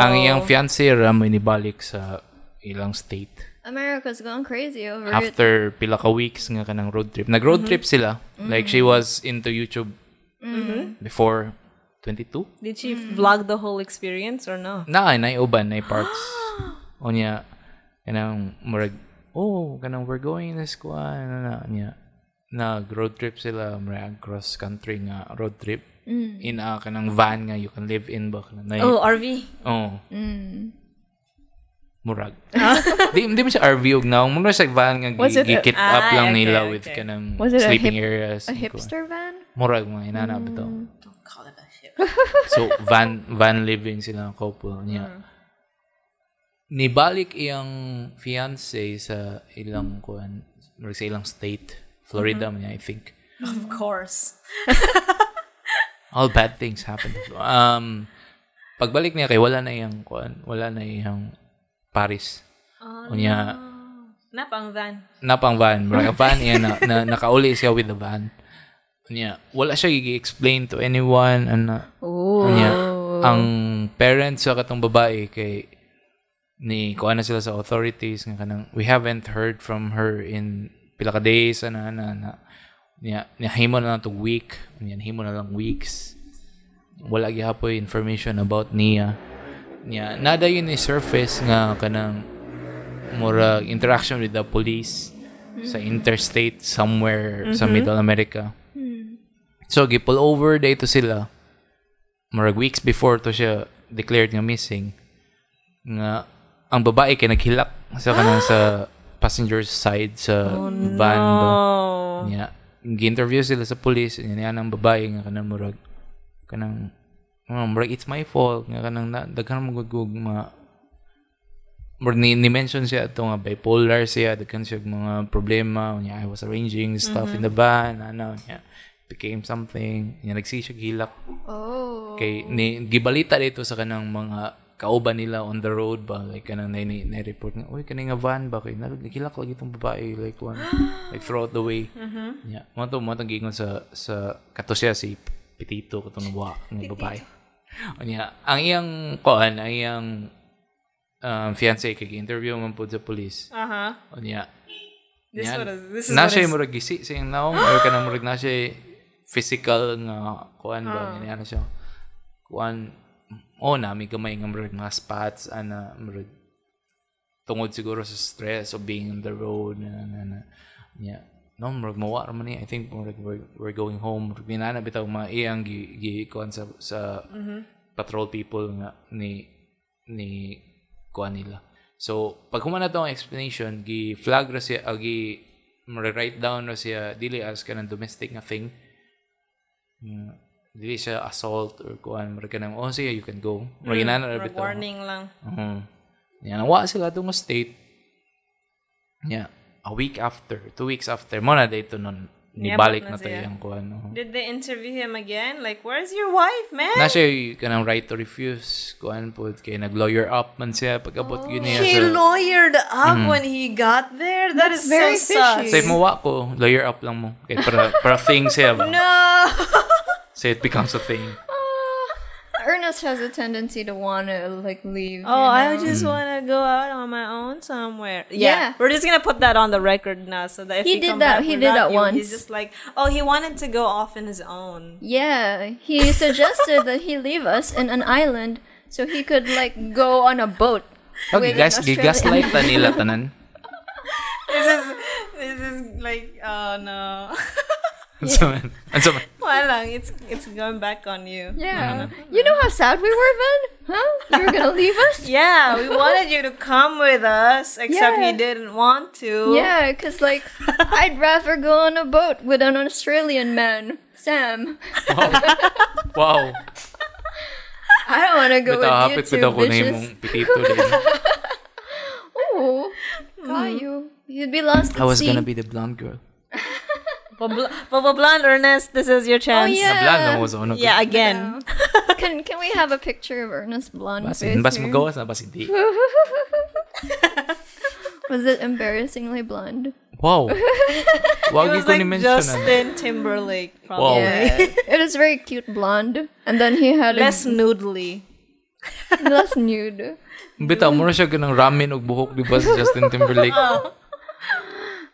Ang iyang fiance ra mo inibalik sa ilang state.
America's going crazy over it.
after pila ka weeks nga kanang road trip. Nag road trip sila. Like she was into YouTube before 22.
Did she vlog the whole experience or no?
Na na uban na parts. Onya kanang murag oh kanang we're going this kuan na na nya. Nag road trip sila murag cross country nga road trip. In a kanang van nga you can live in ba kanang na.
Oh, RV.
Oh.
Mm.
Murag. di, di mo siya RV og naong. Muna siya van nga
Ah. Was it a-
gikit up
Ah,
lang
okay,
nila
okay.
with kanang
Was it a
sleeping
hip-
areas.
A
and kuwan.
hipster Mm. van?
Murag mga inana ba to? so, van van living sila ang couple niya.
Mm.
Nibalik iyang fiance sa
Mm.
ilang kuan, murag sa ilang state. Florida
Mm-hmm.
man niya, I think.
Of course.
all bad things happen. Um, pagbalik niya kay wala na iyang kuan, wala na iyang Paris. Oh, Unya,
Napang van.
napang van, murag ang van niya na, na nakauli siya with the van. Unya, wala siya i-explain to anyone ana. Unya, ang parents sa katong babae kay ni kuan na sila sa authorities nga kanang we haven't heard from her in pila ka days ana ana na niya nahimo na lang to week niya nahimo na lang weeks wala gihapoy information about niya niya nada yun ni surface nga kanang mura interaction with the police sa interstate somewhere sa Middle America so gi-pull over day to sila murag weeks before to siya declared nga missing nga ang babae kay naghilak sa kanang sa passenger side sa van ba
Oh.
niya gi-interview sila sa police and yan ang babae nga kanang murag kanang oh, murag it's my fault nga kanang na, daghan mga gugug mga murag ni, ni mention siya ato nga bipolar siya daghan siya og mga problema niya I was arranging stuff in the van ano niya became something niya nagsi siya gilak
Oh.
kay ni gibalita dito sa kanang mga kauban nila on the road ba like kanang na, na, report nga uy kani nga van ba kay narug nakilak lagi tong babae like one like throughout the way yeah mo to mo tong giingon sa sa kato siya si Pitito katong wa ng babae Anya, ang iyang kuan ang iyang um, fiance kay interview man po sa police
Uh huh.
Onya.
This
Yan.
what is- this is
na
what
siya
is-
murag gisi sa iyang naong or kanang murag na siya physical nga kuan
Ah.
ba niya siya. Kuan oh na may gamay nga murag mga spots ana murag tungod siguro sa stress of being on the road na na na. Yeah. No, murag mawa ra man ni. I think murag we're, we're going home. Murag minana bitaw mga iyang gi, gi kuan sa sa patrol people nga ni ni kuan nila. So, pag human na to ang explanation, gi-flag ra siya, uh, gi write down ra siya, dili as ka ng domestic nga thing. Mm, dili siya assault or kuan, mara ka ng, oh, sige, you can go. Mara mm, na
Or warning lang.
Mhm. Yan, nawa sila itong state. Yeah. A week after, two weeks after, mo na dito nun, nibalik
na
na tayo
siya.
yung ano. kuhan. No?
Did they interview him again? Like, where's your wife, man?
Na siya yung kanang right to refuse, kuhan po, kaya nag-lawyer up man siya, pagkabot oh. yun niya.
He
So,
lawyered up when he got there. That's very
very
so sus.
Say mo wa ko, lawyer up lang mo. Kaya para, para thing siya ba?
No.
So it becomes a thing.
Ernest has a tendency to want to like leave.
Oh, I just want to go out on my own somewhere. Yeah.
Yeah.
We're just going to put that on the record now so that if
He
you
did
come
that-
back
he did
without
that
you,
once.
He's just like, oh, he wanted to go off on his own.
Yeah, he suggested that he leave us in an island so he could like go on a boat.
Pag
with an
gigas, gigaslight
Australian-
ta nila tanan.
This is, this is like, oh no.
Ang sama. Ang sama.
Walang, it's, it's going back on you.
Uh-huh.
Yeah, you know how sad we were then, huh? You were gonna leave us.
Yeah, we wanted you to come with us, except you
Yeah.
didn't want to.
Yeah, cause like I'd rather go on a boat with an Australian man, Sam.
Wow.
I don't want to go
Bitahapit
with
ko
you
daw ko
two
na yung
bitches.
mong pitito din.
Ooh,
Mm.
got you. You'd be lost
I
at
was
sea.
gonna be the blonde girl.
But blonde Ernest, this is your
Oh
chance.
Na blonde na ano,
yeah.
mo sa unang
Yeah, again.
Can can we have a picture of Ernest blonde
Bas,
face?
bas
here?
magawas na, bas hindi.
Was it embarrassingly blonde?
Wow.
It
Wag
was
ko ni
like
mention
Justin Timberlake, probably.
ano. Wow.
it was very cute blonde, and then he had
Less noodly.
a less nude.
Bitaw mo na siya ganang ramen og buhok di ba si Justin Timberlake?
Oh,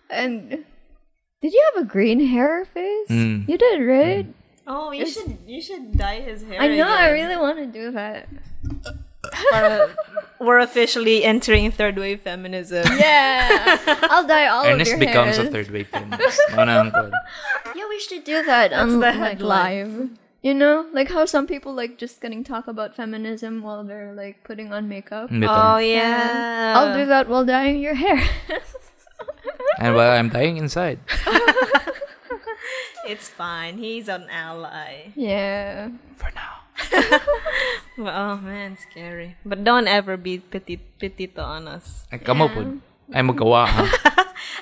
And did you have a green hair face?
Mm.
You did, right?
Oh, you should you should dye his hair.
I know. I
again.
really want to do that.
Para- We're officially entering third wave feminism.
Yeah, I'll dye all
Ernest
of your
becomes a
hairs.
third wave feminist. Mao na ang kwan.
Yeah, we should do that on
the headline.
like live. You know, like how some people like just getting talk about feminism while they're like putting on makeup.
Oh
Bitaw.
yeah.
I'll do that while dyeing your hair.
And while I'm dying inside.
It's fine. He's an ally.
yeah.
For now.
Well, oh man, scary. But don't ever be petit petito on us.
Ay, kamo po. Ay, magawa ha.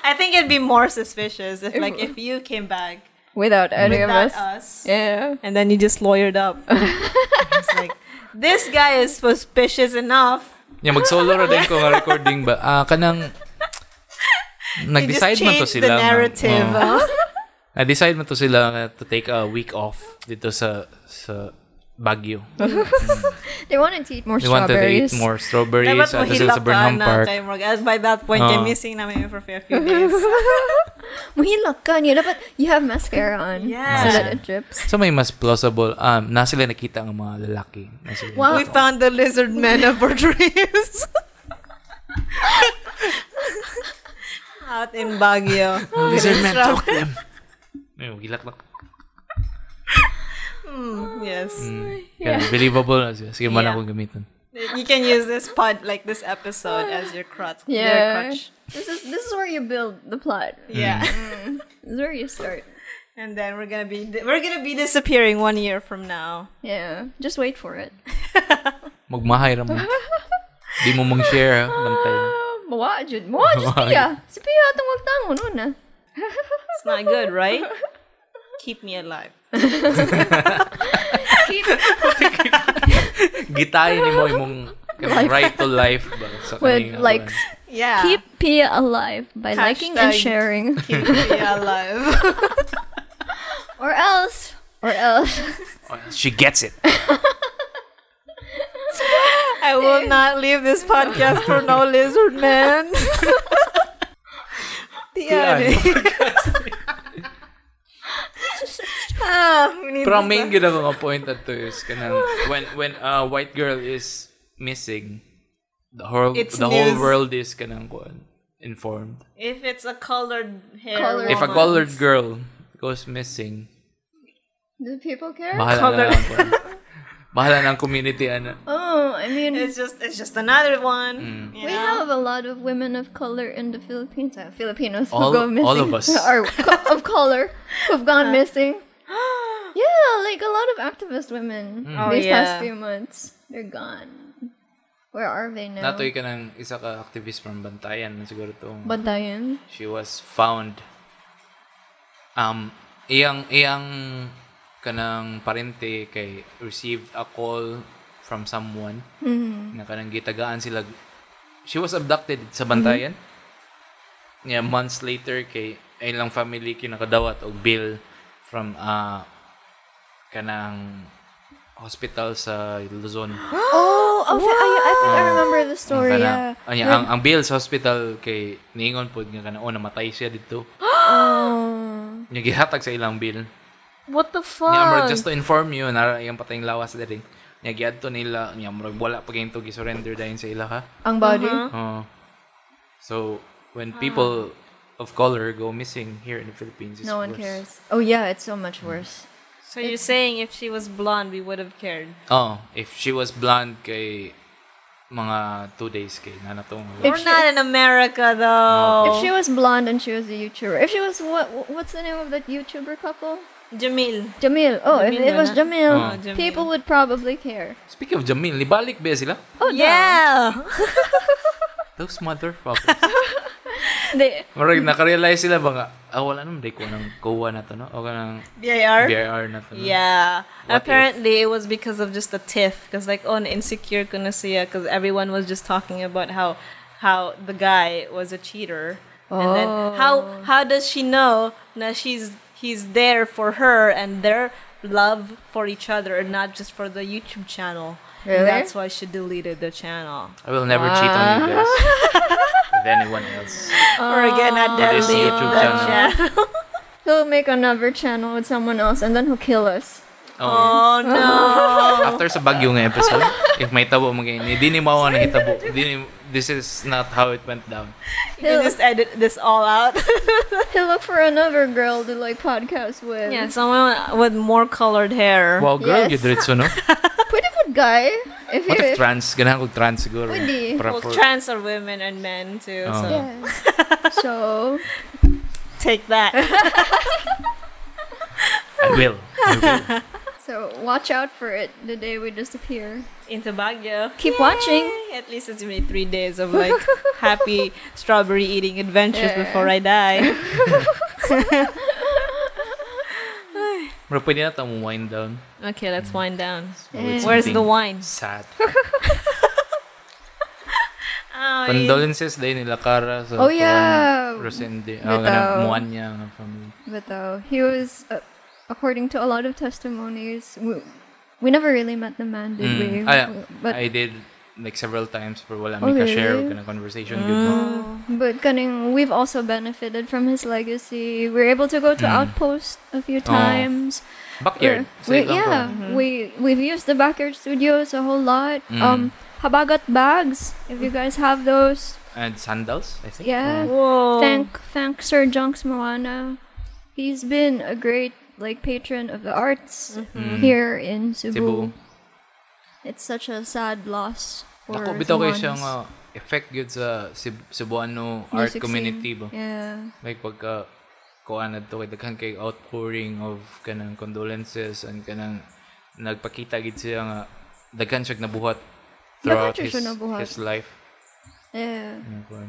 I think it'd be more suspicious if like if you came back
Without any of
without
us.
us
Yeah.
and then you just lawyered up. it's like this guy is suspicious enough.
Yung mag-solo ra din ko nga recording ba. Ah, kanang...
You just
Nag-decide man
changed
to
the
sila. Oh. nga.
narrative. oh.
Oo.
huh?
Na-decide mo to sila nga to take a week off dito sa sa Baguio.
They wanted to eat more
They wanted to
strawberries.
eat more strawberries
Dapat mo ah,
at sila sa
hilak
Burnham
na
Park. Oh.
tayo mag- As by that point, kay
Oo.
missing namin yun for a few days.
Mahilak ka niya. Dapat you have mascara on.
Yeah.
So that it drips.
So may mas plausible um na sila nakita ang mga lalaki. Na sila
Wow.
we found the lizard man of our dreams. Out in Baguio.
Lizard man talk them. Ayun, gilaklak.
Yes.
Yeah. Believable na siya. Sige man
Yeah.
akong gamitin.
You can use this pod, like this episode, as your crutch. Your
Yeah.
crutch.
This is this is where you build the plot.
Yeah.
Hmm.
This is where you start.
and then we're gonna be we're gonna be disappearing one year from now.
Yeah. Just wait for it.
Magmahay ra mo. Di mo mang share ha. Lantay.
Ah, Mawa, jud. Mawa, just
Mawa.
piya. Si piya atong wagtangon, una.
It's not good, right? Keep me alive.
Gitay ni mo imong kanang right to life ba sa
With
kaning
likes.
Yeah.
Keep Pia alive by liking and
Hashtag-
sharing.
keep me alive.
Or else. Or else.
Oh, She gets it.
I will not leave this podcast for no lizard man. the end. ah, we need
Pero
this
ang main
back.
gid ako nga point ato is kanang when when a white girl is missing the whole
It's
the whole
news.
world is kanang kuan informed.
If it's a colored hair,
Colored.
If a
woman-
colored girl goes missing,
Do people care?
bahala na
Colored.
lang kuan. Bahala ng community, ano.
Oh, I mean,
It's just it's just another one.
Mm.
you
we
know?
have a lot of women of color in the Philippines. Uh, Filipinos
All-
who go missing.
all of us.
Or co- of color who've gone missing. Yeah, like a lot of activist women
Hmm.
Oh,
these
yeah.
past few months. They're gone. Where are they now?
Natoy ka ng isa ka activist from Bantayan. Siguro to.
Bantayan.
she was found. Um, iyang, iyang kanang parente kay received a call from someone na kanang gitagaan sila. She was abducted sa Bantayan. Yeah, months later kay ilang family kinakadawat og bill from uh, kanang hospital sa Luzon.
Oh, I, I, think I remember the
Ang
story.
kana-
Yeah.
anya, ang, ang bill sa hospital kay niingon pod nga kana oh namatay siya dito.
Oh.
Yung gihatag sa ilang bill.
What the
Nya murag
fuck?
just to inform you na yung patayng lawas diri. Nya giadto nila nya murag wala pa kayong to surrender dayon sa ila ha.
Ang body.
Oo. so
Ah.
when people of color go missing here in the Philippines it's
No one
worse.
cares. Oh yeah, it's so much worse.
So you're saying if she was blonde, we would have cared.
Oh, if she was blonde kay mga two days kay nanatong.
If
We're
she-
not in America though.
If she was blonde and she was a YouTuber, if she was what? What's the name of that YouTuber couple?
Jamil.
Jamil. Oh, if
Jamil
it was
Lana.
Jamil,
Oh.
Jamil.
people would probably care.
Speaking of Jamil, libalik ba sila?
Oh yeah.
Those motherfuckers.
They,
Murag, nakarealize sila ba nga, ah, wala naman, day ko ng kowa na to, no? O ka ng
BIR.
BIR na to, no?
Yeah.
Mm-hmm. What
Apparently, it was because of just a tiff. Because, like, on Insecure Kunasiya, because everyone was just talking about how how the guy was a cheater. And then, how how does she know that she's he's there for her and their love for each other and not just for the YouTube channel?
Really?
And that's why she deleted the channel.
I will never cheat on you guys. With anyone else.
Or again, at
That is
delete
YouTube
the
channel.
channel.
he'll make another channel with someone else, and then he'll kill us.
Oh.
Oh no.
After sa Baguio nga episode, if may tabo mo ganyan, hindi ni mawa na hitabo. Di ni- this is not how it went down.
You can just edit this all out.
He'll look for another girl to like podcast with.
yeah, someone with more colored hair.
Wow, girl,
Yes.
you diretso, no?
Pwede po guy. If
What if
you.
trans? Ganahan ko trans siguro.
Pwede.
Para
Well,
for-
trans are women and men too,
Oh.
so
Yes. so
take that.
I will. I will.
so watch out for it the day we disappear.
Into Baguio.
Keep watching.
Yay! At least it's me three days of like happy strawberry eating adventures before I die.
Pero pwede na itong wind down.
Okay, let's wind down.
with
Where's the
something
wine?
Sad.
Oh,
Condolences din nila Cara sa
Oh, yeah.
from Rosende.
Bitaw.
Oh, ganang muan niya ng family.
But though he was, uh, according to a lot of testimonies, we, we never really met the man, did we?
Mm. Ah,
W- But
I did like several times pero wala
Oh,
may ka-share
really? Mm.
ka na conversation good mo.
but kaning, we've also benefited from his legacy. We were able to go to
Mm.
Outpost a few
Oh.
times.
Backyard. sa
We,
ibang
yeah,
ko.
we we've used the backyard studios a whole lot.
Mm.
Um, Habagat bags, if you guys have those,
And sandals, I think.
yeah.
Whoa.
Thank thank Sir Jonks Moana. He's been a great like patron of the arts here in
Mm-hmm. Cebu.
It's such a sad loss for
Ako, bitaw kayo
Cebuanos.
siyang uh, effect good sa Cebu- Cebuano art
Music scene.
community ba?
Yeah.
Like pagka kuan na to, daghan kay outpouring of kanang condolences and kanang nagpakita gid siya nga daghan siya nabuhat throughout
siya
his,
nabuhat.
his life. Ano
Yeah.
Yung kuan.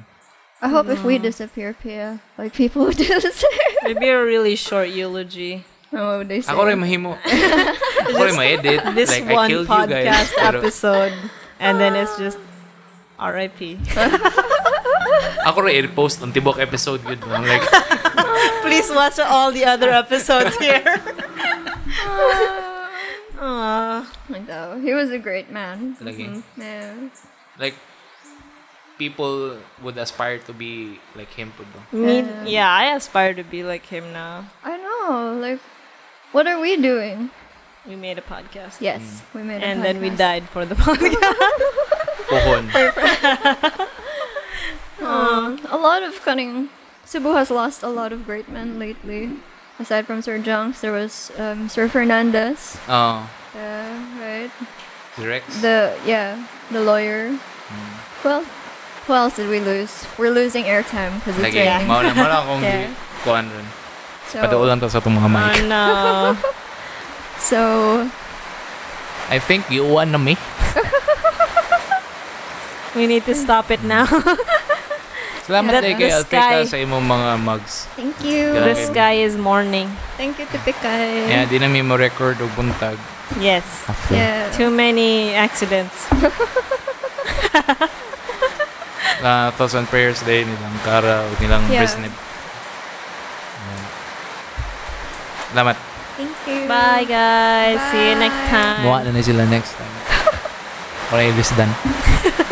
I hope if we disappear, Pia, like people would do the same.
Maybe a really short eulogy.
Oh, would they say?
Ako rin mahimo. Ako rin ma-edit.
This
like, I
one
killed you
podcast
guys. uh, Pero
episode, and then it's just R.I.P.
ako rin i-post ang tibok episode yun. I'm like,
Please watch all the other episodes here. Aww.
Like, though, Oh he was a great man. Mm-hmm.
lagi.
Yeah.
Like, people would aspire to be like him po no?
Me, yeah, I aspire to be like him now.
I know. Like, what are we doing?
We made a podcast.
Yes,
Mm.
we made. a
And then we
podcast.
died for the podcast.
Pohon.
A lot of cunning. Cebu has lost a lot of great men lately. Aside from Sir Jonks, there was um, Sir Fernandez.
Oh.
Yeah, right. right?
Si Rex.
The yeah, the lawyer.
Mm.
Well, who else did we lose? We're losing airtime because it's
Lagi,
raining.
mao na mao na akong
Yeah.
kuan rin.
So,
Paduulan ta sa itong mga mic.
Oh no.
so
I think you want na me.
we need to stop it now.
Salamat
That the
yeah, kay Alpeka
sky-
sa imong mga mugs.
thank you,
the
Grabe.
sky is morning.
thank you to Pikay.
Yeah, di na mi mo record og buntag.
Yes.
After.
Yeah.
Too many accidents.
Uh, thoughts and prayers day nilang Kara o nilang
Yeah.
Brisnip. Yeah. Salamat.
Thank you.
Bye guys. See you next
Bye.
time.
Muha na na sila next time. Or ay this done.